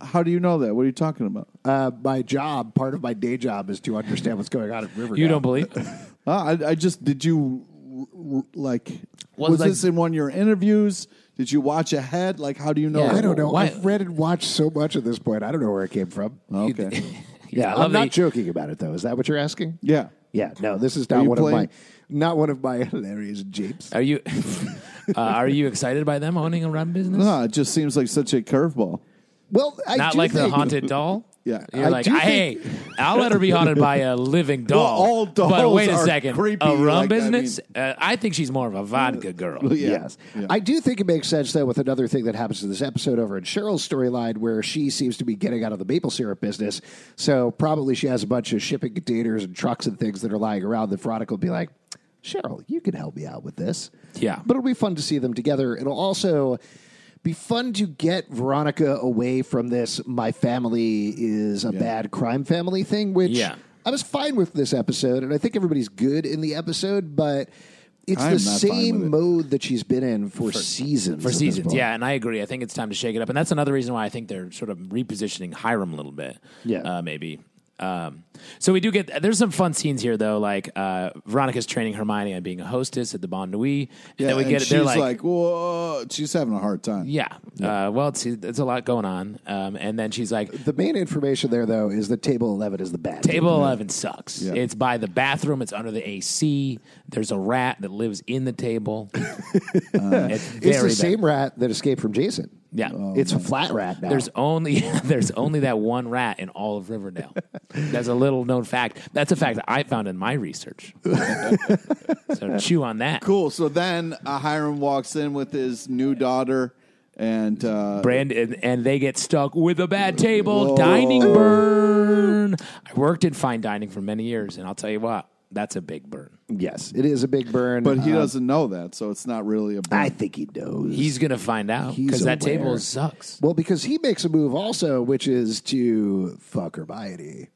Speaker 3: How do you know that? What are you talking about?
Speaker 1: Uh, my job, part of my day job, is to understand what's going on at Riverdale.
Speaker 2: You
Speaker 1: <laughs>
Speaker 2: don't believe?
Speaker 3: Uh, I, I just did you r- r- like
Speaker 2: Well,
Speaker 3: was
Speaker 2: like-
Speaker 3: this in one of your interviews? Did you watch ahead? Like, how do you know?
Speaker 2: Yeah,
Speaker 1: I don't know.
Speaker 2: Why-
Speaker 1: I've read and watched so much at this point. I don't know where it came from. <laughs>
Speaker 3: Okay,
Speaker 2: yeah, I
Speaker 1: I'm
Speaker 2: love
Speaker 1: not
Speaker 2: that.
Speaker 1: joking about it though. Is that what you're asking?
Speaker 3: yeah.
Speaker 1: Yeah, no, this is not
Speaker 3: you
Speaker 1: one
Speaker 3: playing-
Speaker 1: of my not one of my <laughs> hilarious japes.
Speaker 2: Are you <laughs> uh, are you excited by them owning a rum business?
Speaker 3: No, it just seems like such a curveball.
Speaker 1: Well, I
Speaker 2: Not
Speaker 1: do
Speaker 2: like the
Speaker 1: think-
Speaker 2: haunted doll.
Speaker 3: <laughs> Yeah.
Speaker 2: you're
Speaker 3: I
Speaker 2: like,
Speaker 3: do
Speaker 2: hey, I'll let her be haunted by a
Speaker 3: <laughs>
Speaker 2: living doll.
Speaker 3: all
Speaker 2: but
Speaker 3: dolls
Speaker 2: wait a
Speaker 3: are
Speaker 2: second,
Speaker 3: creepy,
Speaker 2: a rum
Speaker 3: like, I uh,
Speaker 2: business. uh, I think she's more of a vodka
Speaker 3: <laughs>
Speaker 2: girl.
Speaker 3: Yeah.
Speaker 1: Yes.
Speaker 3: Yeah.
Speaker 1: I do think it makes sense, though, with another thing that happens in this episode over in Cheryl's storyline, where she seems to be getting out of the maple syrup business. So probably she has a bunch of shipping containers and trucks and things that are lying around that Veronica will be like, Cheryl, you can help me out with this.
Speaker 2: Yeah.
Speaker 1: But it'll be fun to see them together. It'll also be fun to get Veronica away from this my family is a bad crime family thing, which
Speaker 2: Yeah.
Speaker 1: I was fine with this episode, and I think everybody's good in the episode, but it's the
Speaker 3: I'm not fine with
Speaker 1: same
Speaker 3: it.
Speaker 1: mode that she's been in for, seasons.
Speaker 2: for
Speaker 1: at this
Speaker 2: seasons.
Speaker 1: point.
Speaker 2: Yeah, and I agree. I think it's time to shake it up, and that's another reason why I think they're sort of repositioning Hiram a little bit.
Speaker 1: Yeah.
Speaker 2: uh, maybe. Um, so we do get there's some fun scenes here though, like uh, Veronica's training Hermione on being a hostess at the Bon Nuit.
Speaker 3: Yeah,
Speaker 2: and then we
Speaker 3: and
Speaker 2: get it.
Speaker 3: she's
Speaker 2: They're
Speaker 3: like,
Speaker 2: like,
Speaker 3: whoa, she's having a hard time.
Speaker 2: yeah, Uh, well, it's it's a lot going on. Um, and then she's like,
Speaker 1: The main information there, though, is that Table 11 is the bad.
Speaker 2: Table 11 sucks. It's by the bathroom. It's under the AC. There's a rat that lives in the table. it's very
Speaker 1: It's the
Speaker 2: bad.
Speaker 1: same rat that escaped from Jason.
Speaker 2: Yeah.
Speaker 1: it's a flat rat now.
Speaker 2: There's only <laughs> there's only that one rat in all of Riverdale. That's a little known fact. That's a fact that I found in my research. so chew on that.
Speaker 3: Cool. So then uh, Hiram walks in with his new daughter, and uh,
Speaker 2: Brandon and they get stuck with a bad table. Dining burn. I worked in fine dining for many years, and I'll tell you what, that's a big burn.
Speaker 1: yes, it is a big burn.
Speaker 3: but
Speaker 2: Uh-huh.
Speaker 3: he
Speaker 1: Uh,
Speaker 3: doesn't know that, so it's not really a.
Speaker 1: I think he knows.
Speaker 2: He's gonna find out
Speaker 1: He's
Speaker 2: because that
Speaker 1: aware.
Speaker 2: table sucks.
Speaker 1: well, because he makes a move also, which is to fuck Hermione.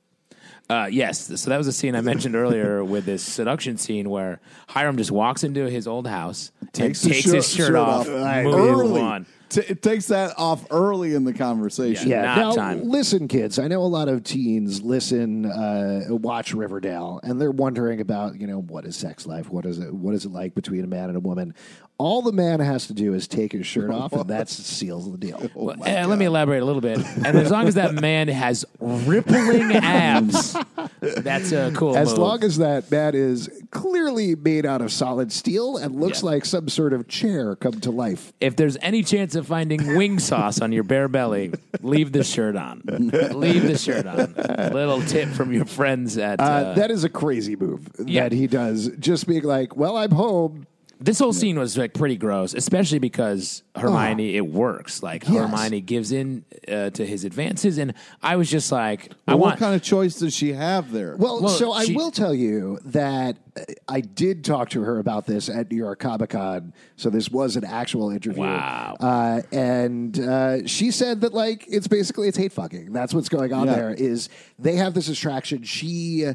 Speaker 2: Uh, yes, so that was a scene I mentioned earlier <laughs> with this seduction scene where Hiram just walks into his old house,
Speaker 3: takes,
Speaker 2: and
Speaker 3: his,
Speaker 2: takes
Speaker 3: shirt,
Speaker 2: his shirt, off, move
Speaker 3: early.
Speaker 2: on.
Speaker 3: T- it takes that off early in the conversation.
Speaker 2: Yeah. Not
Speaker 1: now,
Speaker 2: time.
Speaker 1: listen, kids. I know a lot of teens listen, uh, watch Riverdale, and they're wondering about you know what is sex life? What is it? What is it like between a man and a woman? All the man has to do is take his shirt off, and
Speaker 2: <laughs>
Speaker 1: that seals the deal.
Speaker 2: Well, eh, let me elaborate a little bit. And as long as that man has rippling abs, that's a cool.
Speaker 1: As
Speaker 2: move.
Speaker 1: long as that man is clearly made out of solid steel and looks
Speaker 2: Yeah.
Speaker 1: like some sort of chair come to life.
Speaker 2: if there's any chance of finding wing sauce on your bare belly, leave the shirt on. leave the shirt on. Little tip from your friends at. Uh,
Speaker 1: Uh, that is a crazy move
Speaker 2: yeah.
Speaker 1: that he does. Just being like, "Well, I'm home."
Speaker 2: This whole scene was like pretty gross, especially because
Speaker 3: Oh.
Speaker 2: Hermione. It works like Hermione gives in uh, to his advances, and I was just like, I
Speaker 3: Well,
Speaker 2: want.
Speaker 3: what kind of choice does she have there?
Speaker 1: Well,
Speaker 2: Well,
Speaker 1: so
Speaker 2: she-
Speaker 1: I will tell you that uh, I did talk to her about this at New York Comic Con. So this was an actual interview.
Speaker 2: Wow.
Speaker 1: Uh, and uh, she said that like it's basically it's hate fucking. That's what's going on
Speaker 3: Yeah.
Speaker 1: there. Is they have this attraction. She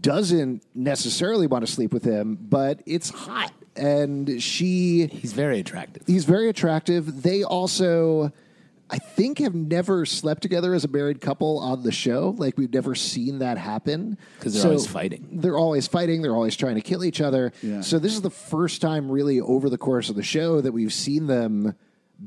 Speaker 1: doesn't necessarily want to sleep with him, but it's hot, and she
Speaker 2: he's very attractive.
Speaker 1: he's very attractive. They also, I think, have never slept together as a married couple on the show. Like we've never seen that happen
Speaker 2: 'Cause they're always fighting.
Speaker 1: They're always fighting. They're always trying to kill each other.
Speaker 3: Yeah.
Speaker 1: So this is the first time, really, over the course of the show, that we've seen them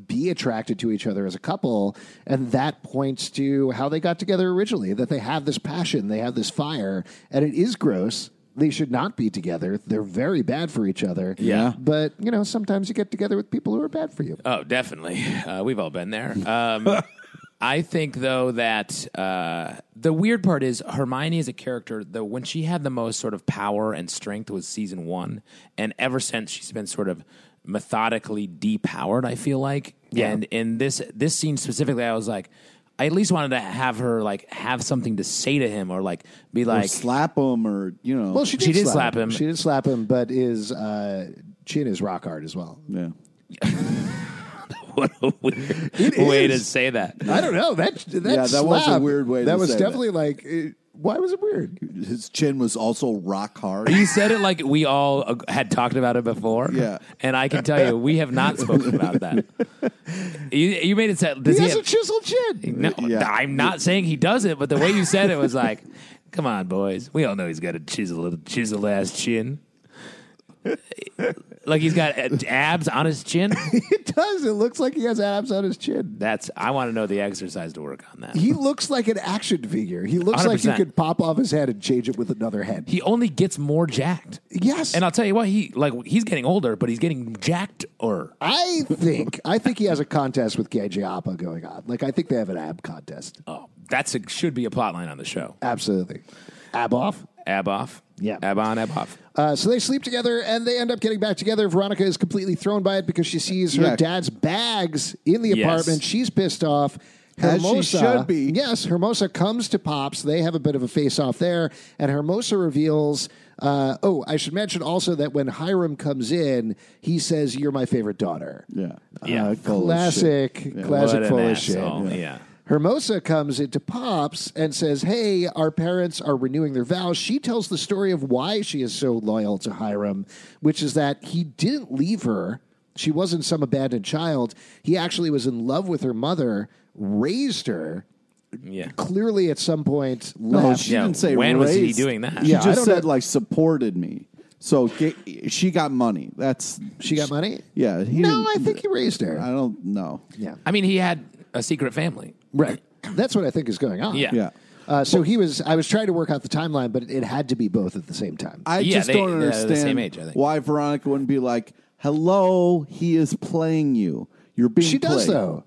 Speaker 1: be attracted to each other as a couple and that points to how they got together originally that they have this passion they have this fire and it is gross they should not be together they're very bad for each other
Speaker 2: Yeah.
Speaker 1: but you know, sometimes you get together with people who are bad for you.
Speaker 2: Oh, definitely. Uh, we've all been there. Um, I think though that uh, the weird part is Hermione is a character though when she had the most sort of power and strength was season one, and ever since she's been sort of methodically depowered. I feel like, and in this this scene specifically, I was like. I at least wanted to have her like have something to say to him or like be
Speaker 3: Or
Speaker 2: like
Speaker 3: slap him or, you know.
Speaker 1: Well, Oh, she did,
Speaker 2: She did slap him.
Speaker 1: She did slap him, but is uh, chin is rock hard as well.
Speaker 3: yeah.
Speaker 2: what a weird <laughs> way
Speaker 1: is.
Speaker 2: to say that.
Speaker 1: I don't know. That that,
Speaker 3: Yeah, that was a
Speaker 1: slap,
Speaker 3: weird way to
Speaker 1: That was
Speaker 3: say that.
Speaker 1: definitely like. It, why was it weird?
Speaker 3: His chin was also rock hard.
Speaker 2: He said it like we all uh, had talked about it before.
Speaker 3: Yeah.
Speaker 2: and I can tell you, we have not spoken about that. You, you made it sound. Does
Speaker 1: He
Speaker 2: he,
Speaker 1: has a
Speaker 2: have,
Speaker 1: chiseled chin.
Speaker 2: no,
Speaker 3: Yeah.
Speaker 2: I'm not saying he does it, but the way you said it was like, "Come on, boys. We all know he's got a chisel, chisel ass chin. like he's got uh, abs on his chin.
Speaker 1: <laughs> It does. It looks like he has abs on his chin.
Speaker 2: That's. I want to know the exercise to work on that.
Speaker 1: He looks like an action figure. He looks like you
Speaker 2: 100%.
Speaker 1: could pop off his head and change it with another head.
Speaker 2: He only gets more jacked.
Speaker 1: yes.
Speaker 2: And I'll tell you what, he like he's getting older, but he's getting jacked or
Speaker 1: I think I think he has a contest with Gajiapa going on. Like I think they have an ab contest.
Speaker 2: Oh, that's a, should be a plot line on the show.
Speaker 1: Absolutely. Ab off.
Speaker 2: Ab off.
Speaker 1: Yeah.
Speaker 2: Ab on, ab off.
Speaker 1: Uh, so they sleep together and they end up getting back together. Veronica is completely thrown by it because she sees her
Speaker 3: Yeah.
Speaker 1: dad's bags in the
Speaker 2: Yes.
Speaker 1: apartment. She's pissed off.
Speaker 3: As she should be.
Speaker 1: Yes, Hermosa comes to Pops. They have a bit of a face off there. And Hermosa reveals. Uh, oh, I should mention also that when Hiram comes in, he says, You're my favorite daughter.
Speaker 3: Yeah.
Speaker 2: Yeah.
Speaker 3: Uh, full of shit.
Speaker 1: Classic, classic
Speaker 2: What an
Speaker 1: full of shit.
Speaker 2: asshole. Yeah.
Speaker 1: Hermosa comes into Pops and says, Hey, our parents are renewing their vows. She tells the story of why she is so loyal to Hiram, which is that he didn't leave her. She wasn't some abandoned child. He actually was in love with her mother, raised her,
Speaker 2: Yeah.
Speaker 1: clearly at some point left.
Speaker 3: No, she
Speaker 2: Yeah,
Speaker 3: didn't say
Speaker 2: when was he
Speaker 3: raised.
Speaker 2: doing that?
Speaker 3: She
Speaker 2: Yeah,
Speaker 1: I
Speaker 3: just
Speaker 1: don't
Speaker 3: said
Speaker 1: know.
Speaker 3: like supported me. So ga- she got money. That's
Speaker 1: She got money?
Speaker 3: Oh, Yeah. He
Speaker 1: No, I
Speaker 3: didn't- Uh,
Speaker 1: think he raised her.
Speaker 3: I don't know.
Speaker 1: yeah.
Speaker 2: I mean, he had a secret family.
Speaker 1: Right. That's what I think is going on.
Speaker 2: Yeah.
Speaker 3: Yeah.
Speaker 1: Uh, so he was, I was trying to work out the timeline, but it had to be both at the same time.
Speaker 3: I
Speaker 2: Yeah,
Speaker 3: just
Speaker 2: they-
Speaker 3: don't
Speaker 2: they're the same
Speaker 3: understand
Speaker 2: age, I think.
Speaker 3: why Veronica wouldn't be like, "Hello, he is playing you. You're being
Speaker 1: She does
Speaker 3: played."
Speaker 1: though.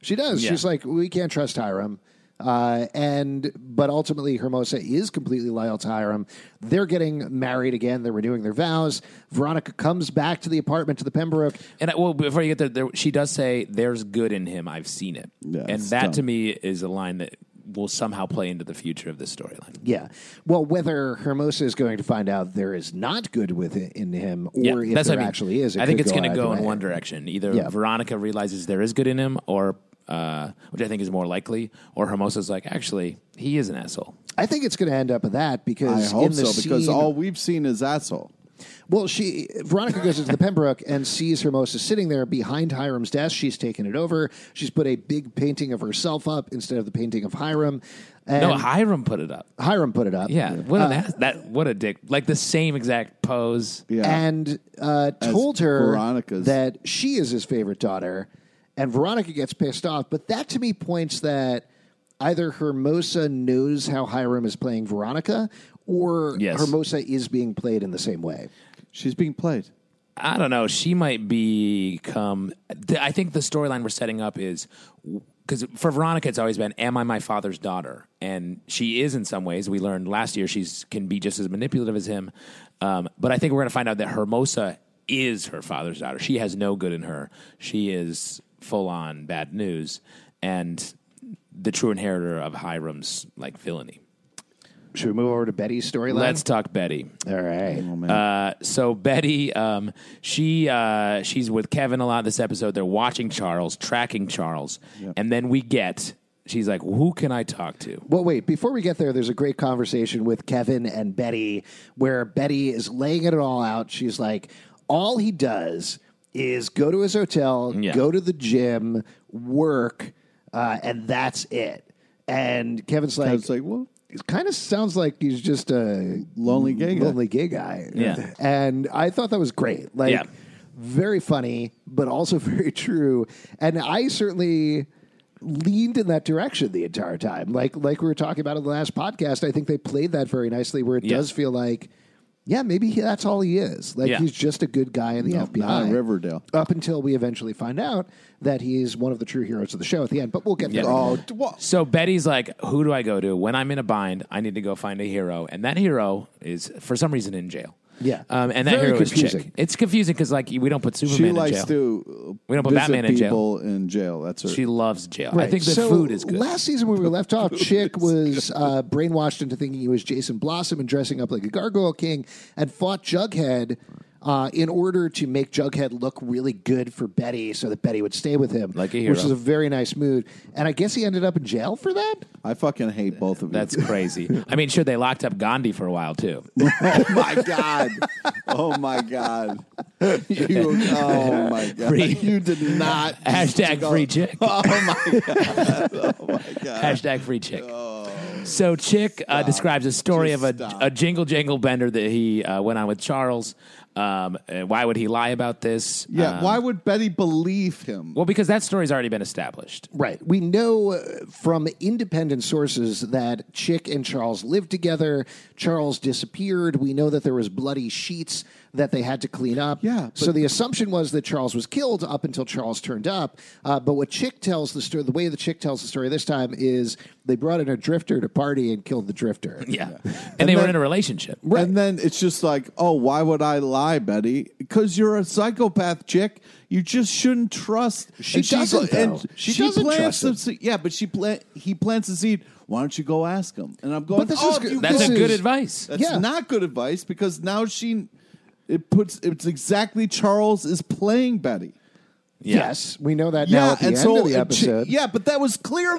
Speaker 1: She does.
Speaker 2: Yeah.
Speaker 1: She's like, we can't trust Hiram. Uh, and but ultimately, Hermosa is completely loyal to Hiram. They're getting married again. They're renewing their vows. Veronica comes back to the apartment to the Pembroke.
Speaker 2: And I, well, before you get there, there, she does say, "There's good in him. I've seen it."
Speaker 3: Yeah,
Speaker 2: and
Speaker 3: it's
Speaker 2: that
Speaker 3: dumb.
Speaker 2: to me is a line that will somehow play into the future of this storyline.
Speaker 1: Yeah. Well, whether Hermosa is going to find out there is not good with in him, or
Speaker 2: Yeah,
Speaker 1: if
Speaker 2: that's
Speaker 1: there
Speaker 2: what I mean.
Speaker 1: actually is, it
Speaker 2: I think
Speaker 1: could
Speaker 2: it's going to
Speaker 1: either
Speaker 2: go in
Speaker 1: way.
Speaker 2: one direction. Either
Speaker 1: Yeah.
Speaker 2: Veronica realizes there is good in him, or uh, which I think is more likely, or Hermosa's like, actually, he is an asshole.
Speaker 1: I think it's going to end up at that
Speaker 3: I
Speaker 1: because in
Speaker 3: hope
Speaker 1: the
Speaker 3: so because
Speaker 1: scene-
Speaker 3: all we've seen is asshole.
Speaker 1: Well, she Veronica goes into the Pembroke and sees Hermosa sitting there behind Hiram's desk. She's taken it over. She's put a big painting of herself up instead of the painting of Hiram. And Uh,
Speaker 2: No, Hiram put it up.
Speaker 1: Hiram put it up.
Speaker 2: Yeah, what an ass, that what a dick! Like the same exact pose.
Speaker 3: Yeah.
Speaker 1: And uh, told her
Speaker 3: Veronica's.
Speaker 1: that she is his favorite daughter. And Veronica gets pissed off. But that to me points that either Hermosa knows how Hiram is playing Veronica or
Speaker 2: Yes.
Speaker 1: Hermosa is being played in the same way.
Speaker 3: She's being played.
Speaker 2: I don't know. She might become. th- I think the storyline we're setting up is because for Veronica, it's always been, "Am I my father's daughter?" And she is in some ways. We learned last year she's can be just as manipulative as him. Um, but I think we're going to find out that Hermosa is her father's daughter. She has no good in her. She is full on bad news and the true inheritor of Hiram's like villainy.
Speaker 1: Should we move over to Betty's storyline?
Speaker 2: Let's talk Betty.
Speaker 1: All right.
Speaker 2: Uh, so Betty, um, she uh, she's with Kevin a lot this episode. They're watching Charles, tracking Charles, and then we get she's like, "Who can I talk to?"
Speaker 1: Well, wait, before we get there, there's a great conversation with Kevin and Betty where Betty is laying it all out. She's like, all he does is go to his hotel,
Speaker 2: Yeah.
Speaker 1: go to the gym, work, uh, and that's it. And Kevin's like,
Speaker 3: I was like, "Well,
Speaker 1: it kind of sounds like he's just a
Speaker 3: Lonely gay guy.
Speaker 1: lonely gay guy.
Speaker 2: Yeah.
Speaker 1: And I thought that was great. Like,
Speaker 2: Yeah.
Speaker 1: very funny, but also <laughs> very true. And I certainly leaned in that direction the entire time. Like, like we were talking about in the last podcast, I think they played that very nicely where it
Speaker 2: Yeah.
Speaker 1: does feel like yeah, maybe he, that's all he is. Like
Speaker 2: Yeah.
Speaker 1: he's just a good guy in the
Speaker 3: No,
Speaker 1: FBI.
Speaker 3: not Riverdale.
Speaker 1: Up until we eventually find out that he's one of the true heroes of the show at the end. But we'll get there.
Speaker 3: Oh, d- what?
Speaker 2: So Betty's like, who do I go to? When I'm in a bind, I need to go find a hero. And that hero is, for some reason, in jail.
Speaker 1: Yeah.
Speaker 2: Um, and that
Speaker 1: Very
Speaker 2: hero is
Speaker 1: confusing.
Speaker 2: chick. It's confusing because, like, we don't put Superman
Speaker 3: she
Speaker 2: in
Speaker 3: likes
Speaker 2: jail.
Speaker 3: to
Speaker 2: We don't put
Speaker 3: visit
Speaker 2: Batman in jail.
Speaker 3: people in jail. That's her.
Speaker 2: She loves jail. I
Speaker 1: Right.
Speaker 2: think the
Speaker 1: So
Speaker 2: food is good.
Speaker 1: Last season, when we left
Speaker 2: <laughs>
Speaker 1: off, Chick was uh, brainwashed into thinking he was Jason Blossom and dressing up like a Gargoyle King and fought Jughead uh, in order to make Jughead look really good for Betty so that Betty would stay with him.
Speaker 2: Like a
Speaker 1: Which
Speaker 2: hero.
Speaker 1: is a very nice move. And I guess he ended up in jail for that?
Speaker 3: I fucking hate both of you. <laughs>
Speaker 2: That's crazy. I mean, sure, they locked up Gandhi for a
Speaker 1: <laughs>
Speaker 2: while, too.
Speaker 3: oh <laughs> my god. Oh my god. You,
Speaker 1: <laughs>
Speaker 3: oh my god.
Speaker 2: Free-
Speaker 3: You did not.
Speaker 2: Hashtag free chick.
Speaker 3: Oh my god. Oh my god.
Speaker 2: Hashtag free chick. so chick uh, describes a story
Speaker 3: Oh. Just
Speaker 2: of a,
Speaker 3: stop.
Speaker 2: a jingle jangle bender that he uh, went on with Charles. Um, uh, why would he lie about this?
Speaker 3: Yeah.
Speaker 2: Um,
Speaker 3: why would Betty believe him?
Speaker 2: Well, because that story's already been established.
Speaker 1: Right. We know uh, from independent sources that Chick and Charles lived together. Charles disappeared. We know that there was bloody sheets that they had to clean up.
Speaker 3: Yeah,
Speaker 1: So
Speaker 3: but-
Speaker 1: the assumption was that Charles was killed up until Charles turned up. Uh, but what Chick tells the story, the way the Chick tells the story this time is they brought in a drifter to party and killed the drifter.
Speaker 2: Yeah. And,
Speaker 3: And
Speaker 2: they were
Speaker 3: then-
Speaker 2: in a relationship.
Speaker 3: And then it's just like, oh, why would I lie, Betty? Because you're a psychopath chick. You just shouldn't trust.
Speaker 1: She doesn't, though. She doesn't
Speaker 3: plants
Speaker 1: trust him.
Speaker 3: the se- yeah, but she plant he plants the seed. Why don't you go ask him? And I'm going.
Speaker 1: But this
Speaker 3: oh,
Speaker 1: is
Speaker 3: if
Speaker 1: good-
Speaker 3: you
Speaker 2: That's
Speaker 3: go-
Speaker 2: a good
Speaker 1: is-
Speaker 2: advice.
Speaker 3: That's
Speaker 1: Yeah.
Speaker 3: not good advice because now she it puts it's exactly Charles is playing Betty.
Speaker 1: Yes, we know that now at the end of the
Speaker 3: and she-
Speaker 1: episode.
Speaker 3: yeah, but that was clear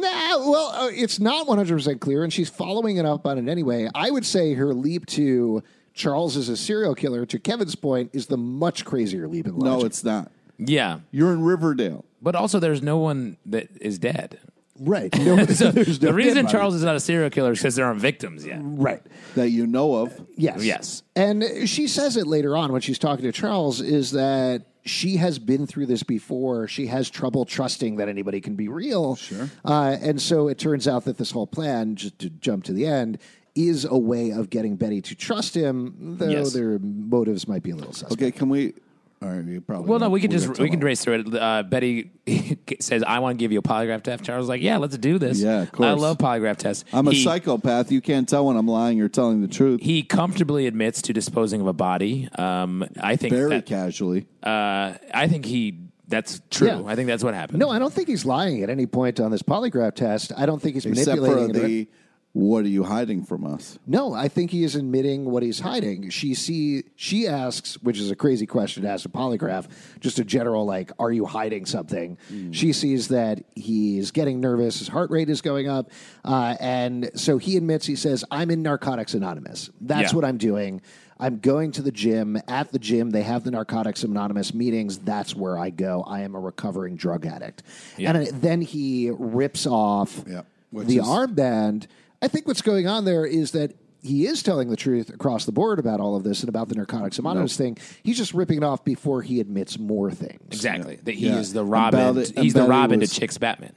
Speaker 1: Nah, well, uh, it's not 100% clear, and she's following it up on it anyway. I would say her leap to Charles is a serial killer, to Kevin's point, is the much crazier leap in logic.
Speaker 3: No, it's not.
Speaker 2: Yeah.
Speaker 3: You're in Riverdale.
Speaker 2: But also, there's no one that is dead.
Speaker 1: right. <laughs> No,
Speaker 2: So
Speaker 1: there's no
Speaker 2: the reason
Speaker 1: deadline.
Speaker 2: Charles is not a serial killer is because there aren't victims yet.
Speaker 3: Mm.
Speaker 1: Right.
Speaker 3: That you know of.
Speaker 1: Yes.
Speaker 2: Yes.
Speaker 1: And she says it later on when she's talking to Charles is that she has been through this before. She has trouble trusting that anybody can be real. Sure. Uh, and so it turns out that this whole plan, just to jump to the end, is a way of getting Betty to trust him, though
Speaker 2: Yes.
Speaker 1: their motives might be a little suspect.
Speaker 3: Okay, can we? All right, we probably.
Speaker 2: Well, no, we can
Speaker 3: we're
Speaker 2: just
Speaker 3: gonna
Speaker 2: we can
Speaker 3: tell
Speaker 2: race through it. Uh, Betty <laughs> says, "I want to give you a polygraph test." Charles is like, "Yeah, let's do this."
Speaker 3: Yeah, of course.
Speaker 2: I love polygraph tests.
Speaker 3: I'm a
Speaker 2: He-
Speaker 3: psychopath. You can't tell when I'm lying or telling the truth.
Speaker 2: He comfortably admits to disposing of a body. Um, I think
Speaker 3: Very
Speaker 2: that,
Speaker 3: casually.
Speaker 2: uh, I think he. That's true.
Speaker 1: Yeah.
Speaker 2: I think that's what happened.
Speaker 1: No, I don't think he's lying at any point on this polygraph test. I don't think he's
Speaker 3: Except for
Speaker 1: manipulating. it.
Speaker 3: the, what are you hiding from us?
Speaker 1: No, I think he is admitting what he's hiding. She see she asks, which is a crazy question to ask a polygraph, just a general like, are you hiding something?
Speaker 3: Mm.
Speaker 1: She sees that he's getting nervous, his heart rate is going up, uh, and so he admits he says, "I'm in Narcotics Anonymous. That's
Speaker 2: Yeah.
Speaker 1: what I'm doing. I'm going to the gym. At the gym, they have the Narcotics Anonymous meetings. That's where I go. I am a recovering drug addict." And then he rips off
Speaker 3: Yeah, which
Speaker 1: the
Speaker 3: is-
Speaker 1: armband. I think what's going on there is that he is telling the truth across the board about all of this and about the Narcotics Anonymous thing. He's just ripping it off before he admits more things.
Speaker 2: exactly. That he
Speaker 3: Yeah.
Speaker 2: is the
Speaker 3: And
Speaker 2: Robin.
Speaker 3: Betty- and
Speaker 2: he's the
Speaker 3: Betty
Speaker 2: Robin
Speaker 3: was-
Speaker 2: to Chick's Batman.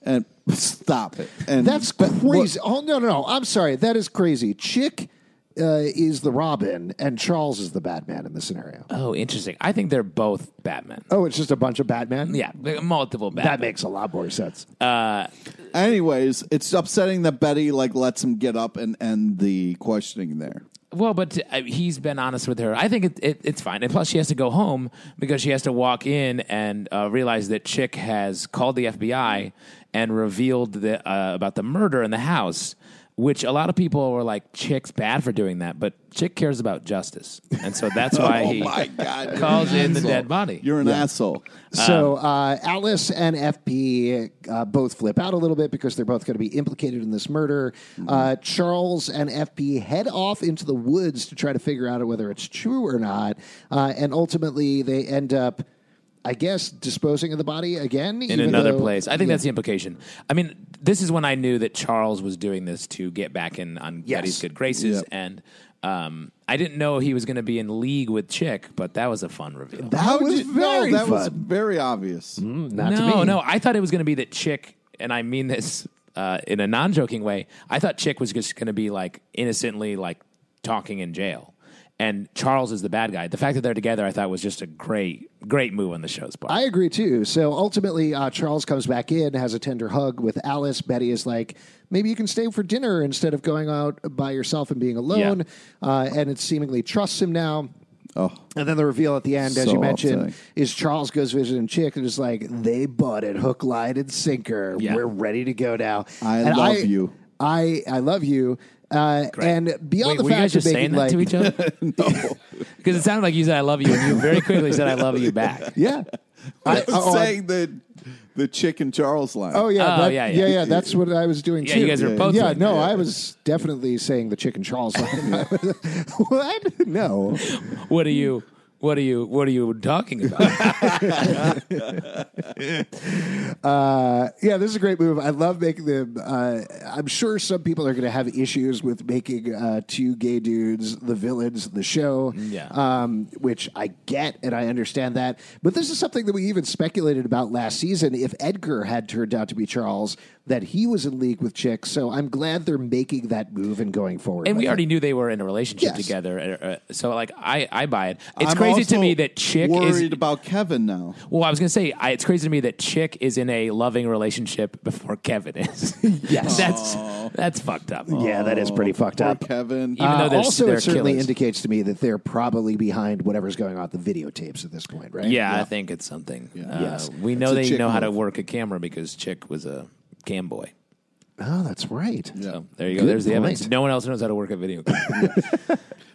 Speaker 3: And stop it. And
Speaker 1: That's
Speaker 3: but-
Speaker 1: crazy. Oh, no, no, no. I'm sorry. That is crazy. Chick uh, is the Robin and Charles is the Batman in this scenario.
Speaker 2: Oh, interesting. I think they're both Batman.
Speaker 1: Oh, it's just a bunch of Batman?
Speaker 2: Yeah, they're multiple Batman.
Speaker 1: That makes a lot more sense.
Speaker 3: anyways, it's upsetting that Betty like lets him get up and end the questioning there.
Speaker 2: Well, but uh, he's been honest with her. I think it, it, it's fine. And plus, she has to go home because she has to walk in and uh, realize that Chick has called the FBI and revealed the, uh, about the murder in the house, which a lot of people were like, Chick's bad for doing that, but Chick cares about justice. And so
Speaker 3: <laughs>
Speaker 2: that's why
Speaker 3: oh
Speaker 2: he
Speaker 3: my god! you're
Speaker 2: calls
Speaker 3: an
Speaker 2: in the
Speaker 3: asshole.
Speaker 2: dead body.
Speaker 3: You're an asshole.
Speaker 1: So
Speaker 2: Um,
Speaker 1: uh, Alice and FP uh, both flip out a little bit because they're both going to be implicated in this murder.
Speaker 2: Mm-hmm.
Speaker 1: Uh, Charles and FP head off into the woods to try to figure out whether it's true or not, uh, and ultimately they end up, I guess, disposing of the body again
Speaker 2: in another place. I think that's the implication. I mean, this is when I knew that Charles was doing this to get back in on
Speaker 1: Yes.
Speaker 2: Betty's good graces,
Speaker 3: Yep.
Speaker 2: and um, I didn't know he was going to be in league with Chick, but that was a fun reveal.
Speaker 1: That
Speaker 3: did
Speaker 1: was
Speaker 3: you-
Speaker 1: very
Speaker 3: no, that was
Speaker 1: fun.
Speaker 3: very obvious.
Speaker 2: Mm,
Speaker 1: Not to
Speaker 2: no,
Speaker 1: me.
Speaker 2: no, I thought it was going to be that Chick, and I mean this uh, in a non-joking way. I thought Chick was just going to be like innocently like talking in jail. And Charles is the bad guy. The fact that they're together, I thought, was just a great, great move on the show's part.
Speaker 1: I agree too. So ultimately, uh, Charles comes back in, has a tender hug with Alice. Betty is like, maybe you can stay for dinner instead of going out by yourself and being alone. Uh, and it seemingly trusts him now.
Speaker 3: Oh.
Speaker 1: And then the reveal at the end, as
Speaker 3: So
Speaker 1: you mentioned,
Speaker 3: upsetting.
Speaker 1: is Charles goes visiting Chick and is like, they bought it hook, line, and sinker.
Speaker 2: Yeah.
Speaker 1: We're ready to go now.
Speaker 3: I
Speaker 1: And
Speaker 3: love you.
Speaker 1: I, I love you. Uh, and beyond
Speaker 2: Wait,
Speaker 1: the
Speaker 2: were you guys
Speaker 1: fact of
Speaker 2: just
Speaker 1: making
Speaker 2: saying that
Speaker 1: like,
Speaker 2: to each other?
Speaker 1: <laughs>
Speaker 2: <laughs> Because it sounded like you said, I love you, and you very quickly said, I love you back.
Speaker 1: <laughs> yeah, I,
Speaker 3: I'm
Speaker 1: oh, I-
Speaker 3: saying the the chick and Charles line.
Speaker 1: Oh yeah,
Speaker 2: Oh,
Speaker 1: that-
Speaker 2: yeah,
Speaker 1: yeah,
Speaker 2: yeah.
Speaker 1: yeah, That's what I was doing
Speaker 2: Yeah,
Speaker 1: too.
Speaker 2: you guys were
Speaker 1: yeah,
Speaker 2: both
Speaker 1: Yeah,
Speaker 2: doing
Speaker 1: no, I was definitely saying the chicken Charles
Speaker 2: <laughs>
Speaker 1: line. <laughs> what? No.
Speaker 2: What are you? What are you? What are you talking
Speaker 1: <laughs>
Speaker 2: about?
Speaker 1: Uh, yeah, this is a great move. I love making them. Uh, I'm sure some people are going to have issues with making uh, two gay dudes the villains of the show.
Speaker 2: Yeah.
Speaker 1: um, which I get and I understand that. But this is something that we even speculated about last season. If Edgar had turned out to be Charles, that he was in league with chicks. So I'm glad they're making that move and going forward.
Speaker 2: and
Speaker 1: with
Speaker 2: we
Speaker 1: it.
Speaker 2: already knew they were in a relationship
Speaker 1: Yes.
Speaker 2: together. uh, uh, So, like, I, I buy it. It's
Speaker 3: I'm
Speaker 2: crazy to
Speaker 3: also
Speaker 2: me that chick is
Speaker 3: worried about Kevin now.
Speaker 2: Well, I was gonna say I, it's crazy to me that Chick is in a loving relationship before Kevin is. <laughs>
Speaker 1: Yes.
Speaker 2: that's that's fucked up.
Speaker 1: Yeah, that is pretty fucked
Speaker 3: Poor
Speaker 1: up.
Speaker 3: Kevin.
Speaker 2: Even though
Speaker 1: Oh, Uh,
Speaker 2: they're-
Speaker 1: also,
Speaker 2: they're
Speaker 1: it certainly
Speaker 2: killers.
Speaker 1: indicates to me that they're probably behind whatever's going on with the videotapes at this point, right?
Speaker 2: Yeah, I think it's something. Uh,
Speaker 1: Yes.
Speaker 2: we know
Speaker 3: a
Speaker 2: they
Speaker 3: chick
Speaker 2: know how to
Speaker 3: move.
Speaker 2: work a camera because Chick was a cam boy.
Speaker 1: Oh, that's right.
Speaker 2: So there you go.
Speaker 1: Good
Speaker 2: There's the
Speaker 1: point.
Speaker 2: evidence. No one else knows how to work a
Speaker 1: <laughs>
Speaker 2: video. camera.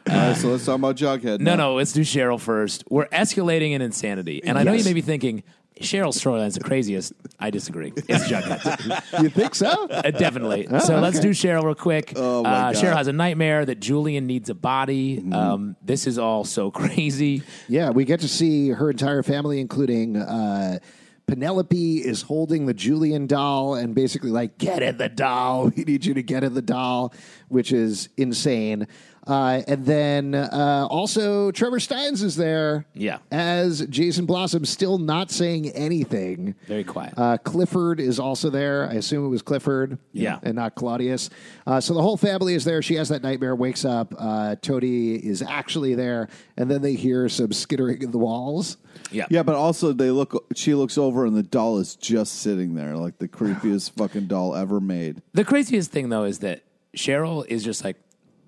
Speaker 3: All right, so let's talk about Jughead.
Speaker 2: no,
Speaker 3: now.
Speaker 2: no. Let's do Cheryl first. We're escalating in insanity, and I know you
Speaker 1: Yes.
Speaker 2: may be thinking Cheryl's storyline's the craziest. I disagree. It's
Speaker 1: <laughs>
Speaker 2: Jughead.
Speaker 1: You think so?
Speaker 2: Uh, definitely. so let's do Cheryl real quick.
Speaker 3: my
Speaker 2: uh,
Speaker 3: God.
Speaker 2: Cheryl has a nightmare that Julian needs a body. Um, this is all so <laughs> crazy.
Speaker 1: yeah, we get to see her entire family, including uh, Penelope, is holding the Julian doll and basically like, get in the doll. <laughs> We need you to get in the doll, which is insane. Uh, and then uh, also Trevor Steins is there.
Speaker 2: Yeah.
Speaker 1: As Jason Blossom, still not saying anything.
Speaker 2: Very quiet.
Speaker 1: Uh, Clifford is also there. I assume it was Clifford.
Speaker 2: Yeah.
Speaker 1: And not Claudius. Uh, so the whole family is there. She has that nightmare, wakes up. Uh, Toady is actually there. And then they hear some skittering in the walls.
Speaker 2: yeah.
Speaker 3: Yeah, but also they look. She looks over, and the doll is just sitting there, like the creepiest fucking doll ever made.
Speaker 2: The craziest thing though is that Cheryl is just like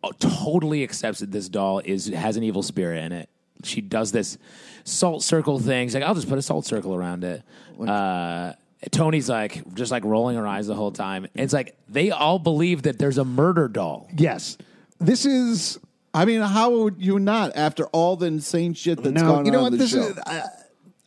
Speaker 2: oh, totally accepts that this doll is has an evil spirit in it. She does this salt circle thing. She's like, I'll just put a salt circle around it. Uh, Tony's like just like rolling her eyes the whole time. It's like they all believe that there's a murder doll.
Speaker 1: Yes. This is.
Speaker 3: I mean, how would you not after all the insane shit that's
Speaker 1: No,
Speaker 3: gone
Speaker 1: you know
Speaker 3: on
Speaker 1: what?
Speaker 3: in the
Speaker 1: This
Speaker 3: show?
Speaker 1: is. uh, I,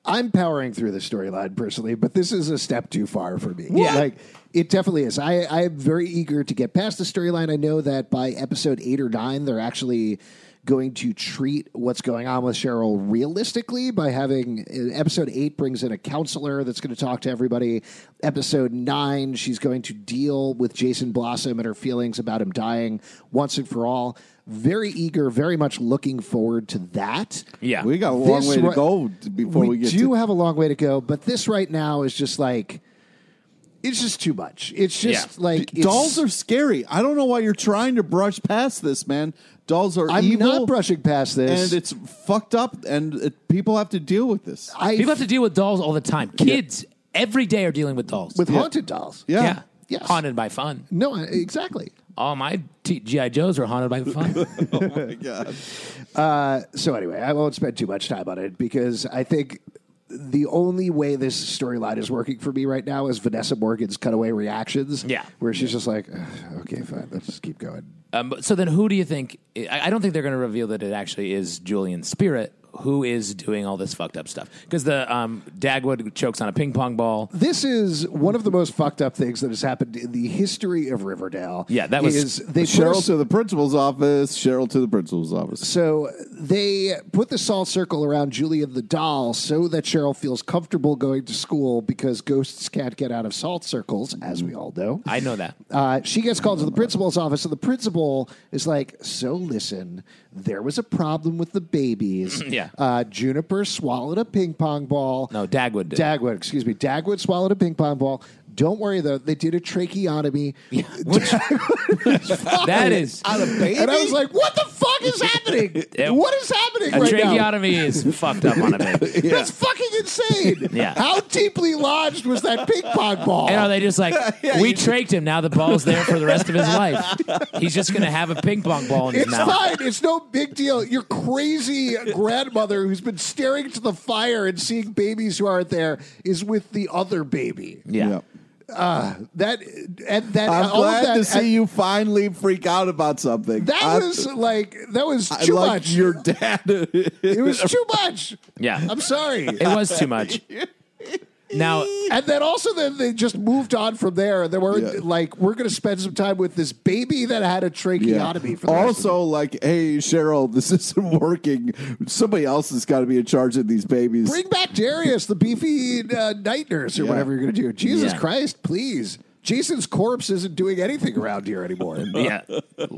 Speaker 1: I'm powering through the storyline personally, but this is a step too far for me.
Speaker 2: What?
Speaker 1: Like, it definitely is. I, I'm very eager to get past the storyline. I know that by episode eight or nine, they're actually going to treat what's going on with Cheryl realistically by having episode eight brings in a counselor that's going to talk to everybody. Episode nine, she's going to deal with Jason Blossom and her feelings about him dying once and for all. Very eager, very much looking forward to that.
Speaker 2: Yeah.
Speaker 3: we got a long
Speaker 1: This
Speaker 3: way to
Speaker 1: ri-
Speaker 3: go before we, get
Speaker 1: do
Speaker 3: to
Speaker 1: have a long way to go, but this right now is just like it's just too much. It's just
Speaker 2: Yeah.
Speaker 1: like it's-
Speaker 3: dolls are scary. I don't know why you're trying to brush past this, man. Dolls are
Speaker 1: I'm
Speaker 3: evil,
Speaker 1: not brushing past this.
Speaker 3: and it's fucked up, and it, people have to deal with this.
Speaker 1: I
Speaker 2: People have to deal with dolls all the time. Kids every day are dealing with dolls.
Speaker 1: with haunted dolls.
Speaker 3: Yeah.
Speaker 2: yeah.
Speaker 1: Yes.
Speaker 2: Haunted by fun.
Speaker 1: No, I- exactly.
Speaker 2: All my T- GI Joes are haunted by fun.
Speaker 3: <laughs> Oh my God.
Speaker 1: So anyway, I won't spend too much time on it because I think the only way this storyline is working for me right now is Vanessa Morgan's cutaway reactions.
Speaker 2: Yeah.
Speaker 1: Where she's just like, "Ugh, okay, fine, let's just keep going.
Speaker 2: um, but- so then, who do you think? I, I don't think they're going to reveal that it actually is Julian's spirit who is doing all this fucked up stuff. Because the um, Dagwood chokes on a ping pong ball.
Speaker 1: This is one of the most fucked up things that has happened in the history of Riverdale.
Speaker 2: Yeah, that was-
Speaker 1: is they put a
Speaker 3: Cheryl to the principal's office. Cheryl to the principal's office.
Speaker 1: So they put the salt circle around Julian the doll so that Cheryl feels comfortable going to school because ghosts can't get out of salt circles, as we all know.
Speaker 2: I know that.
Speaker 1: Uh, she gets called to the principal's office, and the principal is like, "So listen, there was a problem with the babies.
Speaker 2: <clears throat> Yeah.
Speaker 1: uh, Juniper swallowed a ping pong ball.
Speaker 2: No, Dagwood did.
Speaker 1: Dagwood, excuse me, Dagwood swallowed a ping pong ball. Don't worry though, they did a tracheotomy.
Speaker 2: <laughs> Which- that is.
Speaker 3: Out of baby?
Speaker 1: And I was like, what the fuck is
Speaker 2: <laughs>
Speaker 1: happening?
Speaker 2: Yeah.
Speaker 1: What is happening
Speaker 2: A
Speaker 1: right now?
Speaker 2: tracheotomy is fucked up on a baby.
Speaker 1: That's fucking insane.
Speaker 2: <laughs> Yeah.
Speaker 1: How deeply lodged was that ping pong ball?
Speaker 2: And are they just like, we traked him, now the ball's there for the rest of his life. He's just going to have a ping pong ball in his <laughs>
Speaker 1: It's
Speaker 2: mouth.
Speaker 1: fine. It's no big deal. Your crazy grandmother who's been staring to the fire and seeing babies who aren't there is with the other baby.
Speaker 2: Yeah.
Speaker 1: That and that
Speaker 3: I'm
Speaker 1: all
Speaker 3: glad
Speaker 1: of that,
Speaker 3: to see you finally freak out about something.
Speaker 1: That
Speaker 3: I-
Speaker 1: was like that was
Speaker 3: I
Speaker 1: too
Speaker 3: like
Speaker 1: much.
Speaker 3: your <laughs> dad.
Speaker 1: it
Speaker 3: <laughs>
Speaker 1: was too much.
Speaker 2: Yeah.
Speaker 1: I'm sorry.
Speaker 2: It was too much.
Speaker 1: <laughs>
Speaker 2: Now,
Speaker 1: and then also then they just moved on from there. They were
Speaker 3: Yeah.
Speaker 1: like, we're going to spend some time with this baby that had a tracheotomy. For the rest of
Speaker 3: also, like, hey, Cheryl, this <laughs> isn't working. Somebody else has got to be in charge of these babies.
Speaker 1: Bring back Darius, the beefy uh, night nurse, or
Speaker 3: Yeah.
Speaker 1: whatever you're going to do. Jesus
Speaker 2: Yeah.
Speaker 1: Christ, please. Jason's corpse isn't doing anything around here
Speaker 3: <laughs>
Speaker 1: anymore.
Speaker 2: yeah,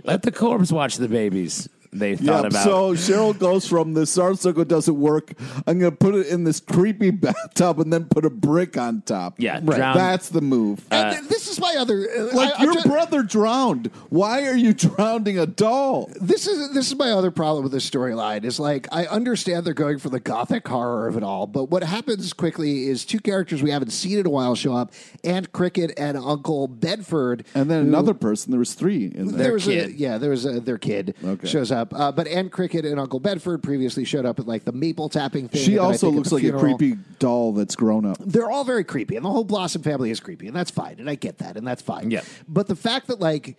Speaker 2: let the corpse watch the babies. They thought
Speaker 3: Yep,
Speaker 2: about.
Speaker 3: so Cheryl goes from the circle doesn't work. I'm going to put it in this creepy <laughs> bathtub and then put a brick on top.
Speaker 2: Yeah, Right. drown- Uh,
Speaker 3: that's the move.
Speaker 1: and th- this is my other. uh,
Speaker 3: like
Speaker 1: I- I'm
Speaker 3: your
Speaker 1: ju-
Speaker 3: brother drowned. Why are you <laughs> drowning a doll?
Speaker 1: this is this is my other problem with this storyline is like I understand they're going for the gothic horror of it all, but what happens quickly is two characters we haven't seen in a while show up, Aunt Cricket and Uncle Bedford.
Speaker 3: And then another person. There was three in there.
Speaker 1: there was a
Speaker 2: kid.
Speaker 1: yeah, there was a their kid
Speaker 3: Okay.
Speaker 1: shows up. Uh, but Ann Cricket and Uncle Bedford previously showed up at like the maple tapping thing.
Speaker 3: She
Speaker 1: and then I
Speaker 3: also
Speaker 1: think at
Speaker 3: looks
Speaker 1: the
Speaker 3: like
Speaker 1: funeral.
Speaker 3: a creepy doll that's grown up.
Speaker 1: They're all very creepy, and the whole Blossom family is creepy, and that's fine, and I get that, and that's fine.
Speaker 2: Yeah.
Speaker 1: But the fact that like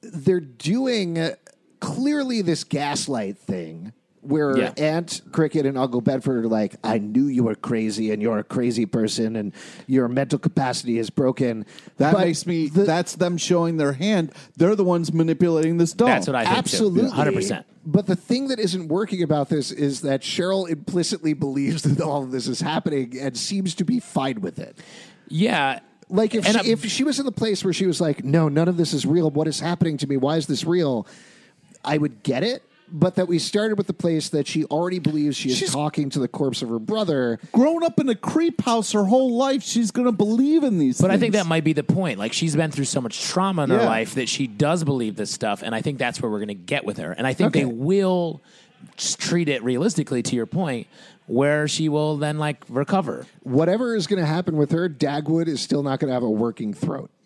Speaker 1: they're doing uh, clearly this gaslight thing. Where
Speaker 2: Yeah.
Speaker 1: Aunt Cricket and Uncle Bedford are like, I knew you were crazy and you're a crazy person and your mental capacity is broken.
Speaker 3: That
Speaker 1: But
Speaker 3: makes me.
Speaker 1: the-
Speaker 3: that's them showing their hand. They're the ones manipulating this doll.
Speaker 2: That's what I think
Speaker 1: Absolutely.
Speaker 2: hundred percent.
Speaker 1: But the thing that isn't working about this is that Cheryl implicitly believes <laughs> that all of this is happening and seems to be fine with it.
Speaker 2: Yeah,
Speaker 1: Like if
Speaker 2: And
Speaker 1: she,
Speaker 2: I'm-
Speaker 1: if she was in the place where she was like, "No, none of this is real. What is happening to me? Why is this real?" I would get it. But that we started with the place that she already believes she is
Speaker 3: She's-
Speaker 1: talking to the corpse of her brother.
Speaker 3: Grown up in a creep house her whole life, she's going to believe in these.
Speaker 2: but I think that might be the point. Like she's been through so much trauma in her
Speaker 3: Yeah.
Speaker 2: life that she does believe this stuff, and I think that's where we're going to get with her. And I think they
Speaker 1: Okay.
Speaker 2: will just treat it realistically. To your point, where she will then like recover.
Speaker 1: Whatever is going to happen with her, Dagwood is still not going to have a working throat. <laughs>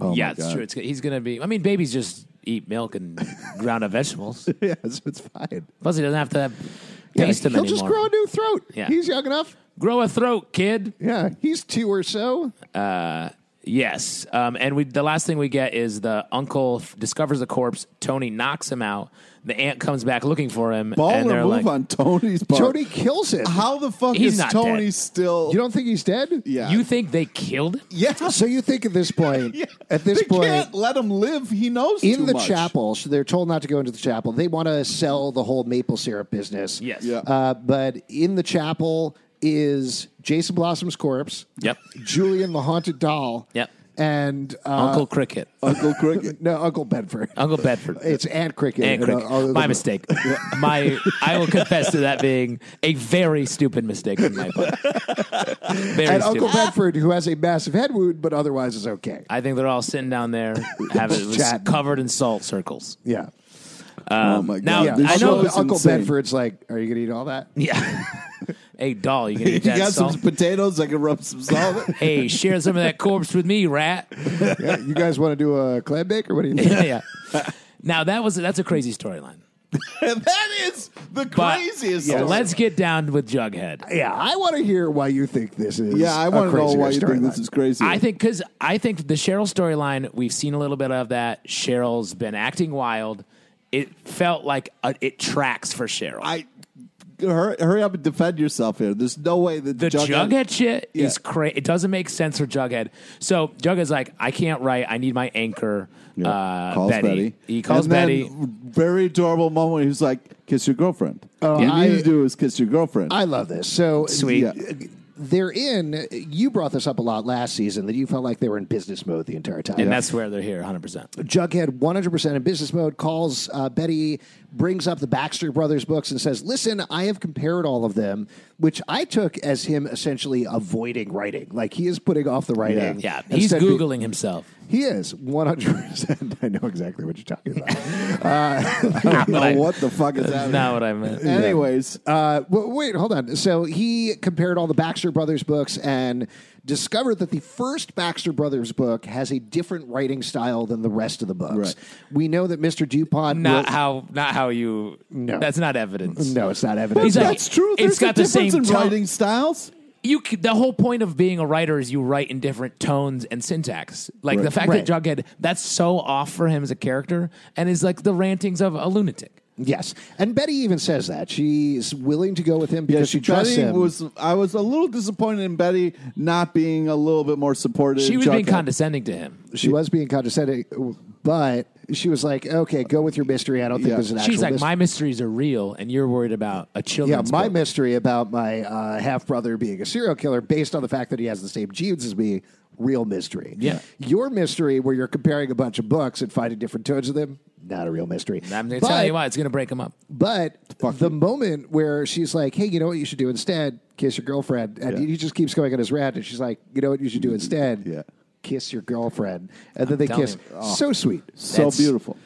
Speaker 1: Oh
Speaker 2: yeah, it's true. It's, he's going to be. I mean, babies just eat milk and ground
Speaker 1: <laughs>
Speaker 2: up vegetables.
Speaker 1: yes, it's fine.
Speaker 2: Plus, he doesn't have to
Speaker 1: Yeah,
Speaker 2: taste them
Speaker 1: he'll
Speaker 2: anymore.
Speaker 1: just grow a new throat.
Speaker 2: Yeah.
Speaker 1: He's young enough.
Speaker 2: Grow a throat, kid.
Speaker 1: Yeah, he's two or so.
Speaker 2: Yes. Um, and we the last thing we get is the uncle f- discovers the corpse. Tony knocks him out. The aunt comes back looking for him.
Speaker 3: baller
Speaker 2: and they're
Speaker 3: move
Speaker 2: like,
Speaker 3: on Tony's part.
Speaker 1: Tony kills it.
Speaker 3: how the fuck
Speaker 2: He's
Speaker 3: is
Speaker 2: not
Speaker 3: Tony
Speaker 2: dead.
Speaker 3: still?
Speaker 1: You don't think he's dead?
Speaker 3: yeah,
Speaker 2: You think they killed him?
Speaker 3: <laughs> yeah.
Speaker 1: So you think at this
Speaker 3: <laughs>
Speaker 1: point, at this
Speaker 3: they
Speaker 1: point,
Speaker 3: can't let him live. He knows too
Speaker 1: in the
Speaker 3: much. <laughs>
Speaker 1: chapel, so they're told not to go into the chapel. They want to sell the whole maple syrup business.
Speaker 2: Yes.
Speaker 3: Yeah.
Speaker 1: Uh, but in the chapel is Jason Blossom's corpse.
Speaker 2: Yep.
Speaker 1: Julian the haunted doll.
Speaker 2: Yep.
Speaker 1: And uh,
Speaker 2: Uncle Cricket.
Speaker 3: Uncle Cricket.
Speaker 1: no Uncle Bedford.
Speaker 2: Uncle Bedford.
Speaker 1: It's Aunt Cricket.
Speaker 2: Aunt Cricket.
Speaker 1: uh, Uncle
Speaker 2: my
Speaker 1: Bed-
Speaker 2: mistake. my I will confess to that being a very stupid mistake on my part. Very
Speaker 1: And
Speaker 2: stupid.
Speaker 1: Uncle Bedford, who has a massive head wound, but otherwise is okay.
Speaker 2: I think they're all sitting down there, having it was
Speaker 1: Chatting.
Speaker 2: covered in salt circles. <laughs>
Speaker 1: Yeah.
Speaker 3: oh my god!
Speaker 2: Um, now,
Speaker 3: This
Speaker 2: I know
Speaker 3: show
Speaker 1: Uncle,
Speaker 3: is
Speaker 1: Uncle
Speaker 3: insane. <laughs>
Speaker 1: Bedford's like, "Are you gonna eat all that?"
Speaker 2: Yeah. hey, doll, you gonna
Speaker 3: You
Speaker 2: eat that
Speaker 3: got
Speaker 2: salt?
Speaker 3: some potatoes. I can rub some salt.
Speaker 2: <laughs>
Speaker 3: in it.
Speaker 2: hey, share some of that corpse with me, rat.
Speaker 1: Yeah, you guys want to do a clam bake or what do you
Speaker 2: <laughs>
Speaker 1: think?
Speaker 2: yeah. Now that was that's a crazy storyline.
Speaker 3: that is the
Speaker 2: But
Speaker 3: craziest.
Speaker 2: Yeah,
Speaker 3: story.
Speaker 2: let's get down with Jughead.
Speaker 1: Yeah, I want to hear why you think this is.
Speaker 3: Yeah, I
Speaker 1: a
Speaker 3: want to know
Speaker 1: crazier
Speaker 3: why you think
Speaker 1: storyline.
Speaker 3: this is crazy.
Speaker 2: I think because I think the Cheryl storyline we've seen a little bit of that. Cheryl's been acting wild. It felt like uh it tracks for Cheryl.
Speaker 3: I hurry, hurry up and defend yourself here. There's no way that
Speaker 2: the Jughead, shit
Speaker 3: Yeah.
Speaker 2: is crazy. It doesn't make sense for Jughead. So Jughead's like, I can't write. I need my anchor. Uh,
Speaker 3: calls Betty.
Speaker 2: He calls
Speaker 3: and
Speaker 2: Betty.
Speaker 3: Then, very adorable moment. Where he's like, "Kiss your girlfriend." Oh,
Speaker 1: Yeah.
Speaker 3: you need
Speaker 1: I-
Speaker 3: to do is kiss your girlfriend.
Speaker 1: I love this. So
Speaker 2: Sweet.
Speaker 3: Yeah.
Speaker 1: They're in. You brought this up a lot last season that you felt like they were in business mode the entire time.
Speaker 2: and that's where they're here, hundred percent.
Speaker 1: Jughead, 100% in business mode, calls uh, Betty, brings up the Baxter Brothers books, and says, Listen, I have compared all of them, which I took as him essentially avoiding writing. Like he is putting off the writing.
Speaker 2: Yeah,
Speaker 1: and
Speaker 2: he's
Speaker 1: said-
Speaker 2: googling himself.
Speaker 1: He is 100%. <laughs> I know exactly what you're talking about. <laughs> uh,
Speaker 3: I don't know
Speaker 2: I-
Speaker 3: what the fuck is
Speaker 2: That's
Speaker 3: that?
Speaker 2: not what I meant.
Speaker 3: Anyways,
Speaker 1: Uh, well, wait, hold on. So he compared all the Baxter Brothers books and discovered that the first Baxter Brothers book has a different writing style than the rest of the books.
Speaker 3: Right.
Speaker 1: We know that Mr. DuPont.
Speaker 2: Not <laughs>
Speaker 1: will-
Speaker 2: how. Not how you.
Speaker 1: No.
Speaker 2: That's not evidence.
Speaker 1: no, it's not evident.
Speaker 2: He's like-
Speaker 3: that's true.
Speaker 2: it's
Speaker 3: There's
Speaker 2: got
Speaker 3: a
Speaker 2: the same
Speaker 3: difference in
Speaker 2: tone.
Speaker 3: writing styles.
Speaker 2: you c- the whole point of being a writer is you write in different tones and syntax. Like the fact that Jughead, that's so off for him as a character, and is like the rantings of a lunatic.
Speaker 1: yes. And Betty even says that. She's willing to go with him because
Speaker 3: Yeah,
Speaker 1: she trusts
Speaker 3: Betty
Speaker 1: him.
Speaker 3: was. I was a little disappointed in Betty not being a little bit more
Speaker 1: Uh,
Speaker 3: supportive.
Speaker 2: She was being
Speaker 3: Jughead.
Speaker 2: condescending to him.
Speaker 1: she was being condescending, but she was like, okay, go with your mystery. I don't think
Speaker 3: Yeah.
Speaker 1: there's an actual
Speaker 2: She's like,
Speaker 1: mystery.
Speaker 2: my mysteries are real, and you're worried about a
Speaker 1: Yeah,
Speaker 2: children's
Speaker 1: my
Speaker 2: book."
Speaker 1: mystery about my uh, half brother being a serial killer, based on the fact that he has the same genes as me, real mystery.
Speaker 2: Yeah.
Speaker 1: your mystery where you're comparing a bunch of books and finding different tones of them, not a real mystery. but,
Speaker 2: I'm going to tell you why it's going to break him up.
Speaker 1: But the moment where she's like, "Hey, you know what you should do instead? Kiss your girlfriend," and
Speaker 3: Yeah.
Speaker 1: he just keeps going on his rant, and she's like, "You know what you should do instead?
Speaker 3: Yeah.
Speaker 1: Kiss your girlfriend." And then they
Speaker 2: telling
Speaker 1: kiss.
Speaker 2: you.
Speaker 1: So sweet.
Speaker 3: So
Speaker 2: That's-
Speaker 3: beautiful.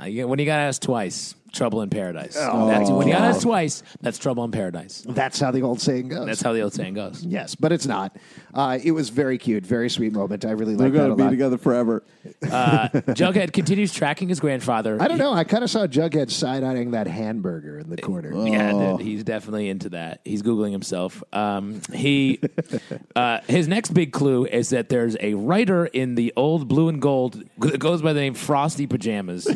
Speaker 2: Uh, yeah, When you got asked twice, trouble in paradise.
Speaker 1: Oh.
Speaker 2: That's, when you got asked twice, that's trouble in paradise.
Speaker 1: That's how the old saying goes.
Speaker 2: That's how the old saying
Speaker 1: <laughs>
Speaker 2: goes.
Speaker 1: Yes, but it's not. Uh, it was very cute, very sweet moment. I really
Speaker 3: They're
Speaker 1: like that
Speaker 3: going
Speaker 1: a
Speaker 3: to be
Speaker 1: lot.
Speaker 3: together forever.
Speaker 2: Jughead continues tracking his grandfather.
Speaker 1: I don't know. I kind of saw Jughead side eyeing that hamburger in the corner.
Speaker 2: Yeah,
Speaker 1: Oh.
Speaker 2: dude, he's definitely into that. He's googling himself. Um, he <laughs> uh, his next big clue is that there's a writer in the old blue and gold that goes by the name Frosty Pajamas,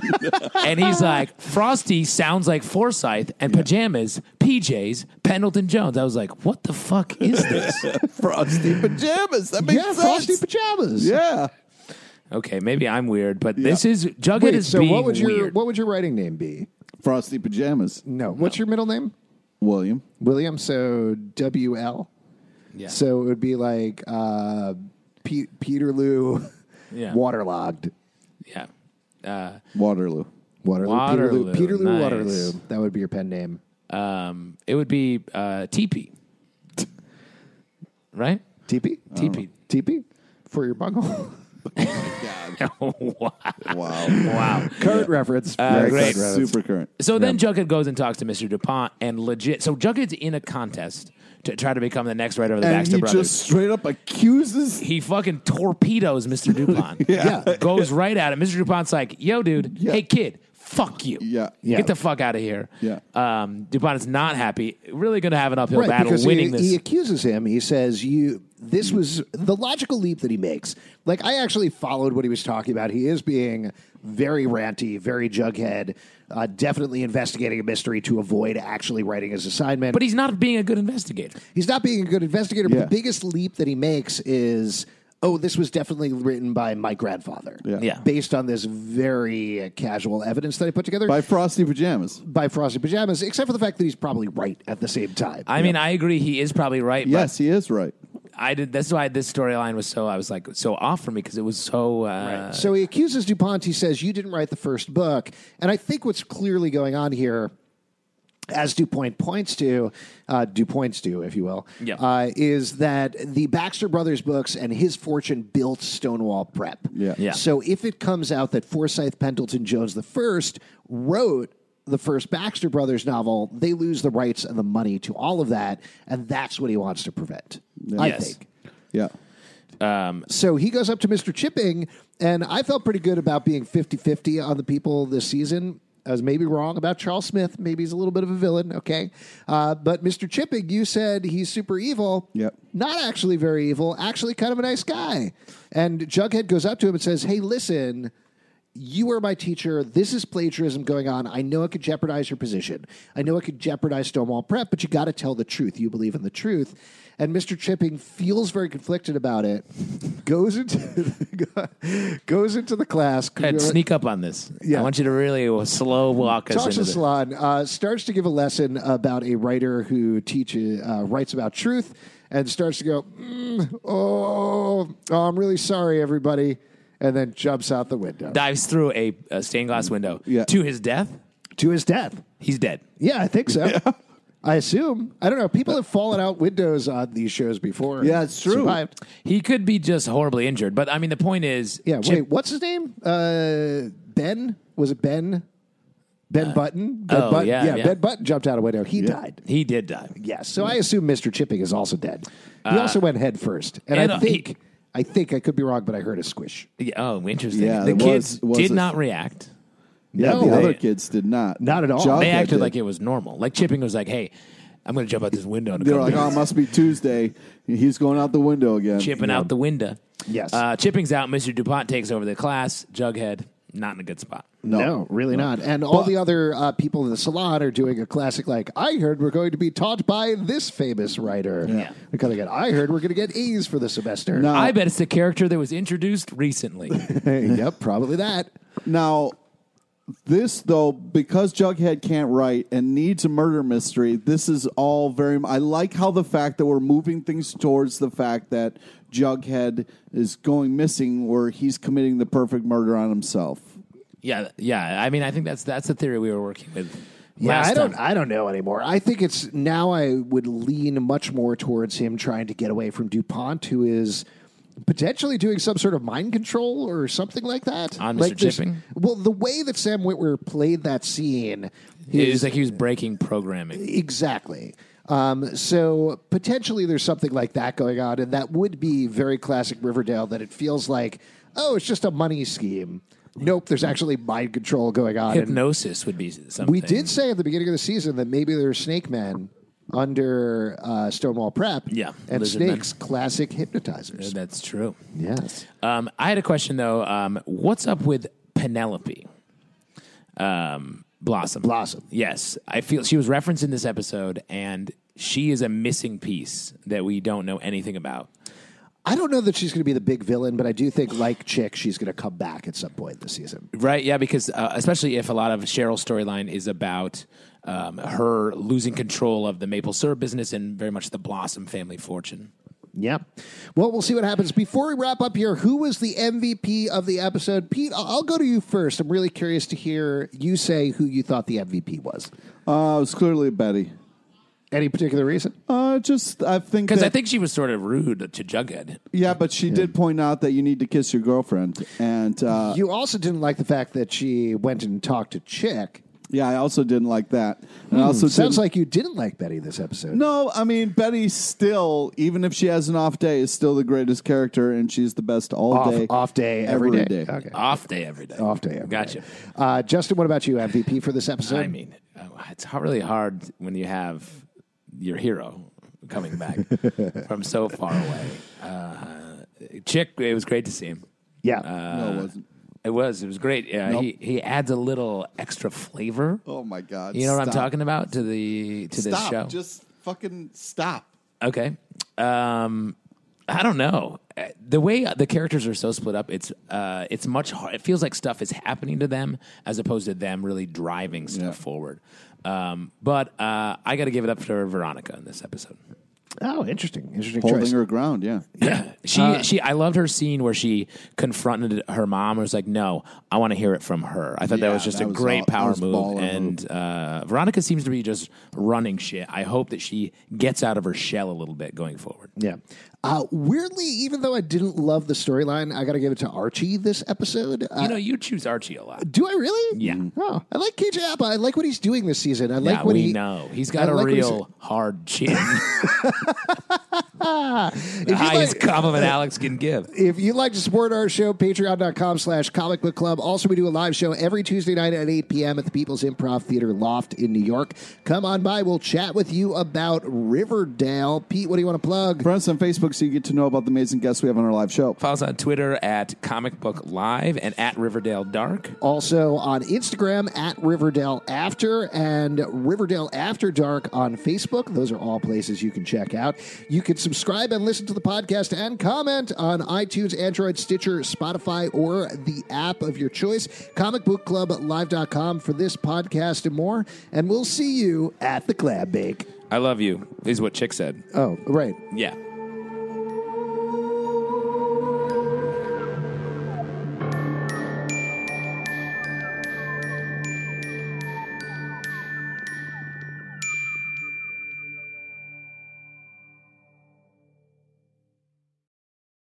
Speaker 2: <laughs> and he's like Frosty sounds like Forsyth and pajamas PJs Pendleton Jones. I was like, what the fuck
Speaker 1: <laughs>
Speaker 2: is this?
Speaker 3: <laughs> Frosty pajamas. That makes
Speaker 1: yeah,
Speaker 3: sense.
Speaker 1: frosty pajamas.
Speaker 3: Yeah.
Speaker 2: okay, maybe I'm weird, but this is Jughead
Speaker 1: Wait,
Speaker 2: is
Speaker 1: so
Speaker 2: being
Speaker 1: what would your
Speaker 2: weird.
Speaker 1: what would your writing name be?
Speaker 3: Frosty pajamas.
Speaker 1: No. What's your middle name?
Speaker 3: William.
Speaker 1: William. So W L.
Speaker 2: Yeah.
Speaker 1: So it would be like uh, Pe- Peterloo, <laughs>
Speaker 2: Yeah.
Speaker 1: waterlogged.
Speaker 2: yeah. Uh,
Speaker 3: Waterloo.
Speaker 1: Waterloo,
Speaker 2: Waterloo,
Speaker 1: Peterloo, Peterloo,
Speaker 2: nice.
Speaker 1: Waterloo. That would be your pen name.
Speaker 2: um, it would be uh, TP, right?
Speaker 1: TP.
Speaker 2: TP.
Speaker 1: TP for your bungle.
Speaker 2: wow.
Speaker 3: Oh. Wow.
Speaker 2: Wow.
Speaker 1: current <laughs> reference.
Speaker 2: Uh,
Speaker 1: Very
Speaker 2: great.
Speaker 1: current reference.
Speaker 3: Super current.
Speaker 2: So then Jughead goes and talks to Mr. DuPont and legit. So Jughead's in a contest to try to become the next writer of the
Speaker 3: And
Speaker 2: Baxter
Speaker 3: he
Speaker 2: Brothers.
Speaker 3: just straight up accuses.
Speaker 2: he fucking torpedoes
Speaker 3: <laughs>
Speaker 2: Mr. DuPont.
Speaker 3: Yeah.
Speaker 2: Goes right at him. Mr. DuPont's like, yo, dude,
Speaker 3: Yeah.
Speaker 2: hey, kid, fuck you.
Speaker 3: Yeah.
Speaker 1: Yeah.
Speaker 2: Get the fuck out of here.
Speaker 3: Yeah.
Speaker 2: Um, DuPont is not happy. Really going to have an uphill
Speaker 1: right,
Speaker 2: battle
Speaker 1: because
Speaker 2: winning
Speaker 1: he,
Speaker 2: this.
Speaker 1: he accuses him. He says, "You." This was the logical leap that he makes. Like I actually followed what he was talking about. He is being very ranty, very jughead, uh, definitely investigating a mystery to avoid actually writing his assignment.
Speaker 2: but he's not being a good investigator.
Speaker 1: he's not being a good investigator.
Speaker 3: Yeah.
Speaker 1: But the biggest leap that he makes is, "Oh, this was definitely written by my grandfather."
Speaker 3: Yeah.
Speaker 2: Yeah.
Speaker 1: Based on this very casual evidence that I put together
Speaker 3: By Frosty pajamas.
Speaker 1: by Frosty Pajamas, except for the fact that he's probably right at the same time.
Speaker 2: I mean, I agree. He is probably right. but
Speaker 3: Yes, he is right.
Speaker 2: I did. That's why this storyline was so. I was like so off for me because it was so. Uh,
Speaker 1: So he accuses DuPont. He says, You didn't write the first book. And I think what's clearly going on here, as DuPont points to, uh, DuPoint's to, if you will,
Speaker 2: Yeah.
Speaker 1: uh, is that the Baxter Brothers books and his fortune built Stonewall Prep.
Speaker 3: Yeah.
Speaker 2: Yeah.
Speaker 1: So if it comes out that Forsyth Pendleton Jones the first wrote the first Baxter Brothers novel, they lose the rights and the money to all of that. And that's what he wants to prevent, I
Speaker 2: Yes.
Speaker 1: think.
Speaker 3: Yeah.
Speaker 1: So he goes up to Mr. Chipping, and I felt pretty good about being 50 50 on the people this season. I was maybe wrong about Charles Smith. Maybe he's a little bit of a villain, okay? Uh, but Mr. Chipping, you said he's super evil.
Speaker 3: Yep.
Speaker 1: Not actually very evil, actually kind of a nice guy. And Jughead goes up to him and says, Hey, listen, you are my teacher. This is plagiarism going on. I know it could jeopardize your position. I know it could jeopardize Stonewall Prep, but you got to tell the truth. You believe in the truth. And Mr. Chipping feels very conflicted about it. Goes into <laughs> goes into the class.
Speaker 2: Ted, sneak up on this.
Speaker 1: Yeah.
Speaker 2: I want you to really slow walk us
Speaker 1: Tasha
Speaker 2: into this.
Speaker 1: Salon uh, starts to give a lesson about a writer who teaches uh, writes about truth and starts to go, "Mm, oh, oh, I'm really sorry, everybody, and then jumps out the window
Speaker 2: Dives through a, a stained glass window
Speaker 3: Mm. Yeah.
Speaker 2: to his death.
Speaker 1: to his death.
Speaker 2: He's dead.
Speaker 3: <laughs>
Speaker 1: Yeah, I think so. I assume. I don't know. People have fallen out windows on these shows before. and
Speaker 3: Yeah, it's true.
Speaker 1: survived.
Speaker 2: He could be just horribly injured, but I mean, the point is,
Speaker 1: Yeah.
Speaker 2: Chip-
Speaker 1: Wait, what's his name? Uh, ben? Was it Ben? Ben Button? Ben
Speaker 2: oh,
Speaker 1: Button.
Speaker 2: yeah, yeah.
Speaker 1: Ben Button jumped out a window. He died.
Speaker 2: he did die.
Speaker 1: Yes. So I assume Mr. Chipping is also dead. He also went head first. And,
Speaker 2: Uh, and,
Speaker 1: I
Speaker 2: uh,
Speaker 1: think
Speaker 2: he-
Speaker 1: I think I could be wrong, but I heard a squish.
Speaker 2: Yeah, Oh, interesting.
Speaker 3: Yeah,
Speaker 2: the
Speaker 3: it was-
Speaker 2: kids
Speaker 3: was
Speaker 2: did
Speaker 3: a-
Speaker 2: not react.
Speaker 3: Yeah,
Speaker 1: No.
Speaker 3: the
Speaker 1: They-
Speaker 3: other kids did not.
Speaker 1: Not at all.
Speaker 3: Jughead
Speaker 2: They acted
Speaker 3: did.
Speaker 2: like it was normal. Like Chipping was like, "Hey, I'm going to jump out this window." And
Speaker 3: they were
Speaker 2: come <laughs>
Speaker 3: like,
Speaker 2: down."
Speaker 3: "Oh, it must be Tuesday. He's going out the window again."
Speaker 2: chipping out the window.
Speaker 1: Yes.
Speaker 2: Uh, chipping's out. Mr. DuPont takes over the class. Jughead, not in a good spot.
Speaker 1: No, really not. And all the other uh, people in the salon are doing a classic, like, I heard we're going to be taught by this famous writer.
Speaker 2: Yeah.
Speaker 1: We kind of get, I heard we're going to get A's for the semester.
Speaker 3: No.
Speaker 2: I bet it's the character that was introduced recently.
Speaker 1: yep, probably that.
Speaker 3: Now, this though, because Jughead can't write and needs a murder mystery, this is all very. I like how the fact that we're moving things towards the fact that Jughead is going missing, where he's committing the perfect murder on himself.
Speaker 2: <laughs> yeah, yeah. I mean, I think that's that's the theory we were working with.
Speaker 1: Yeah,
Speaker 2: last
Speaker 1: I don't.
Speaker 2: time.
Speaker 1: I don't know anymore. I think it's now. I would lean much more towards him trying to get away from Dupont, who is potentially doing some sort of mind control or something like that.
Speaker 2: On Mr.
Speaker 1: Like this-
Speaker 2: Chipping?
Speaker 1: Well, the way that Sam Witwer played that scene,
Speaker 2: it was like he was breaking programming.
Speaker 1: Exactly. Um, so potentially there's something like that going on, and that would be very classic Riverdale. That it feels like, oh, it's just a money scheme. Nope, there's actually mind control going on. and
Speaker 2: Hypnosis would be something.
Speaker 1: we did say at the beginning of the season that maybe there's Snake Man under uh, Stonewall Prep.
Speaker 2: Yeah,
Speaker 1: and
Speaker 2: lizard men.
Speaker 1: Snake's classic hypnotizers.
Speaker 2: That's true.
Speaker 1: Yes,
Speaker 2: Um, I had a question though. Um, what's up with Penelope? Um, Blossom.
Speaker 1: Blossom.
Speaker 2: Yes, I feel she was referenced in this episode, and she is a missing piece that we don't know anything about.
Speaker 1: I don't know that she's going to be the big villain, but I do think, like Chick, she's going to come back at some point this season.
Speaker 2: Right? Yeah, because uh, especially if a lot of Cheryl's storyline is about um, her losing control of the maple syrup business and very much the Blossom family fortune.
Speaker 1: Yep. Well, we'll see what happens. Before we wrap up here, who was the MVP of the episode? Pete, I- I'll go to you first. I'm really curious to hear you say who you thought the MVP was.
Speaker 3: Uh, it was clearly Betty.
Speaker 1: Any particular reason?
Speaker 3: Uh, just I think
Speaker 2: Because I
Speaker 3: that-
Speaker 2: think she was sort of rude to Jughead.
Speaker 3: yeah, but she did point out that you need to kiss your girlfriend, and uh,
Speaker 1: You also didn't like the fact that she went and talked to Chick.
Speaker 3: yeah, I also didn't like that. And I also
Speaker 1: Sounds
Speaker 3: didn't-
Speaker 1: like you didn't like Betty this episode.
Speaker 3: No, I mean Betty still, even if she has an off day, is still the greatest character, and she's the best all
Speaker 1: off
Speaker 3: day.
Speaker 1: off day every
Speaker 3: every
Speaker 1: day.
Speaker 3: day.
Speaker 1: Okay.
Speaker 2: Off day every day.
Speaker 1: Off day. every
Speaker 2: Gotcha.
Speaker 1: day. Uh, Justin, what about you? MVP for this episode?
Speaker 2: I mean, uh, it's ho- really hard when you have your hero
Speaker 1: <laughs>
Speaker 2: coming back from so far away. Uh, Chick, it was great to see him.
Speaker 1: yeah.
Speaker 2: uh,
Speaker 3: no, it wasn't.
Speaker 2: It was. It was great. Uh, He he adds a little extra flavor.
Speaker 3: Oh my god!
Speaker 2: You know what I'm
Speaker 3: stop.
Speaker 2: talking about to the to this
Speaker 3: Stop!
Speaker 2: show.
Speaker 3: Just fucking stop.
Speaker 2: Okay. Um, I don't know. Uh, The way the characters are so split up, it's uh, it's much hard. It feels like stuff is happening to them as opposed to them really driving stuff
Speaker 3: Yeah.
Speaker 2: forward. Um, but uh, I got to give it up for Veronica in this episode.
Speaker 1: oh, interesting. Interesting
Speaker 3: Holding
Speaker 1: choice.
Speaker 3: her ground. Yeah.
Speaker 2: <clears throat>
Speaker 3: Uh,
Speaker 2: She she I loved her scene where she confronted her mom and was like, "No, I want to hear it from her." I thought that
Speaker 3: Yeah,
Speaker 2: was just
Speaker 3: that
Speaker 2: a
Speaker 3: was
Speaker 2: great
Speaker 3: all- that
Speaker 2: power
Speaker 3: was
Speaker 2: move.
Speaker 3: baller
Speaker 2: And uh, Veronica seems to be just running shit. I hope that she gets out of her shell a little bit going forward.
Speaker 1: Yeah. Uh, weirdly, even though I didn't love the storyline, I got to give it to Archie this episode. Uh,
Speaker 2: You know, you choose Archie a lot.
Speaker 1: do I really?
Speaker 2: Yeah.
Speaker 1: Oh, I like KJ Apa. I like what he's doing this season. I like
Speaker 2: yeah,
Speaker 1: what
Speaker 2: we
Speaker 1: he.
Speaker 2: know. He's got
Speaker 1: I
Speaker 2: a
Speaker 1: like what he's-
Speaker 2: real
Speaker 1: <laughs>
Speaker 2: hard chin.
Speaker 1: If
Speaker 2: the
Speaker 1: you
Speaker 2: highest
Speaker 1: like- <laughs>
Speaker 2: compliment Alex can give.
Speaker 1: If you'd like to support our show, patreon.com slash comic book club. Also, we do a live show every Tuesday night at 8 p.m. at the People's Improv Theater Loft in New York. Come on by. We'll chat with you about Riverdale. Pete, what do you want to plug?
Speaker 3: Friends on Facebook, so you get to know about the amazing guests we have on our live show.
Speaker 2: Follow us on Twitter at Comic Book Live and at Riverdale Dark.
Speaker 1: Also on Instagram at Riverdale After and Riverdale After Dark on Facebook. Those are all places you can check out. You can subscribe and listen to the podcast and comment on iTunes, Android, Stitcher, Spotify, or the app of your choice. ComicBookClubLive.com for this podcast and more. And we'll see you at the Clab Bake.
Speaker 2: I love you, is what Chick said.
Speaker 1: Oh, right.
Speaker 2: Yeah.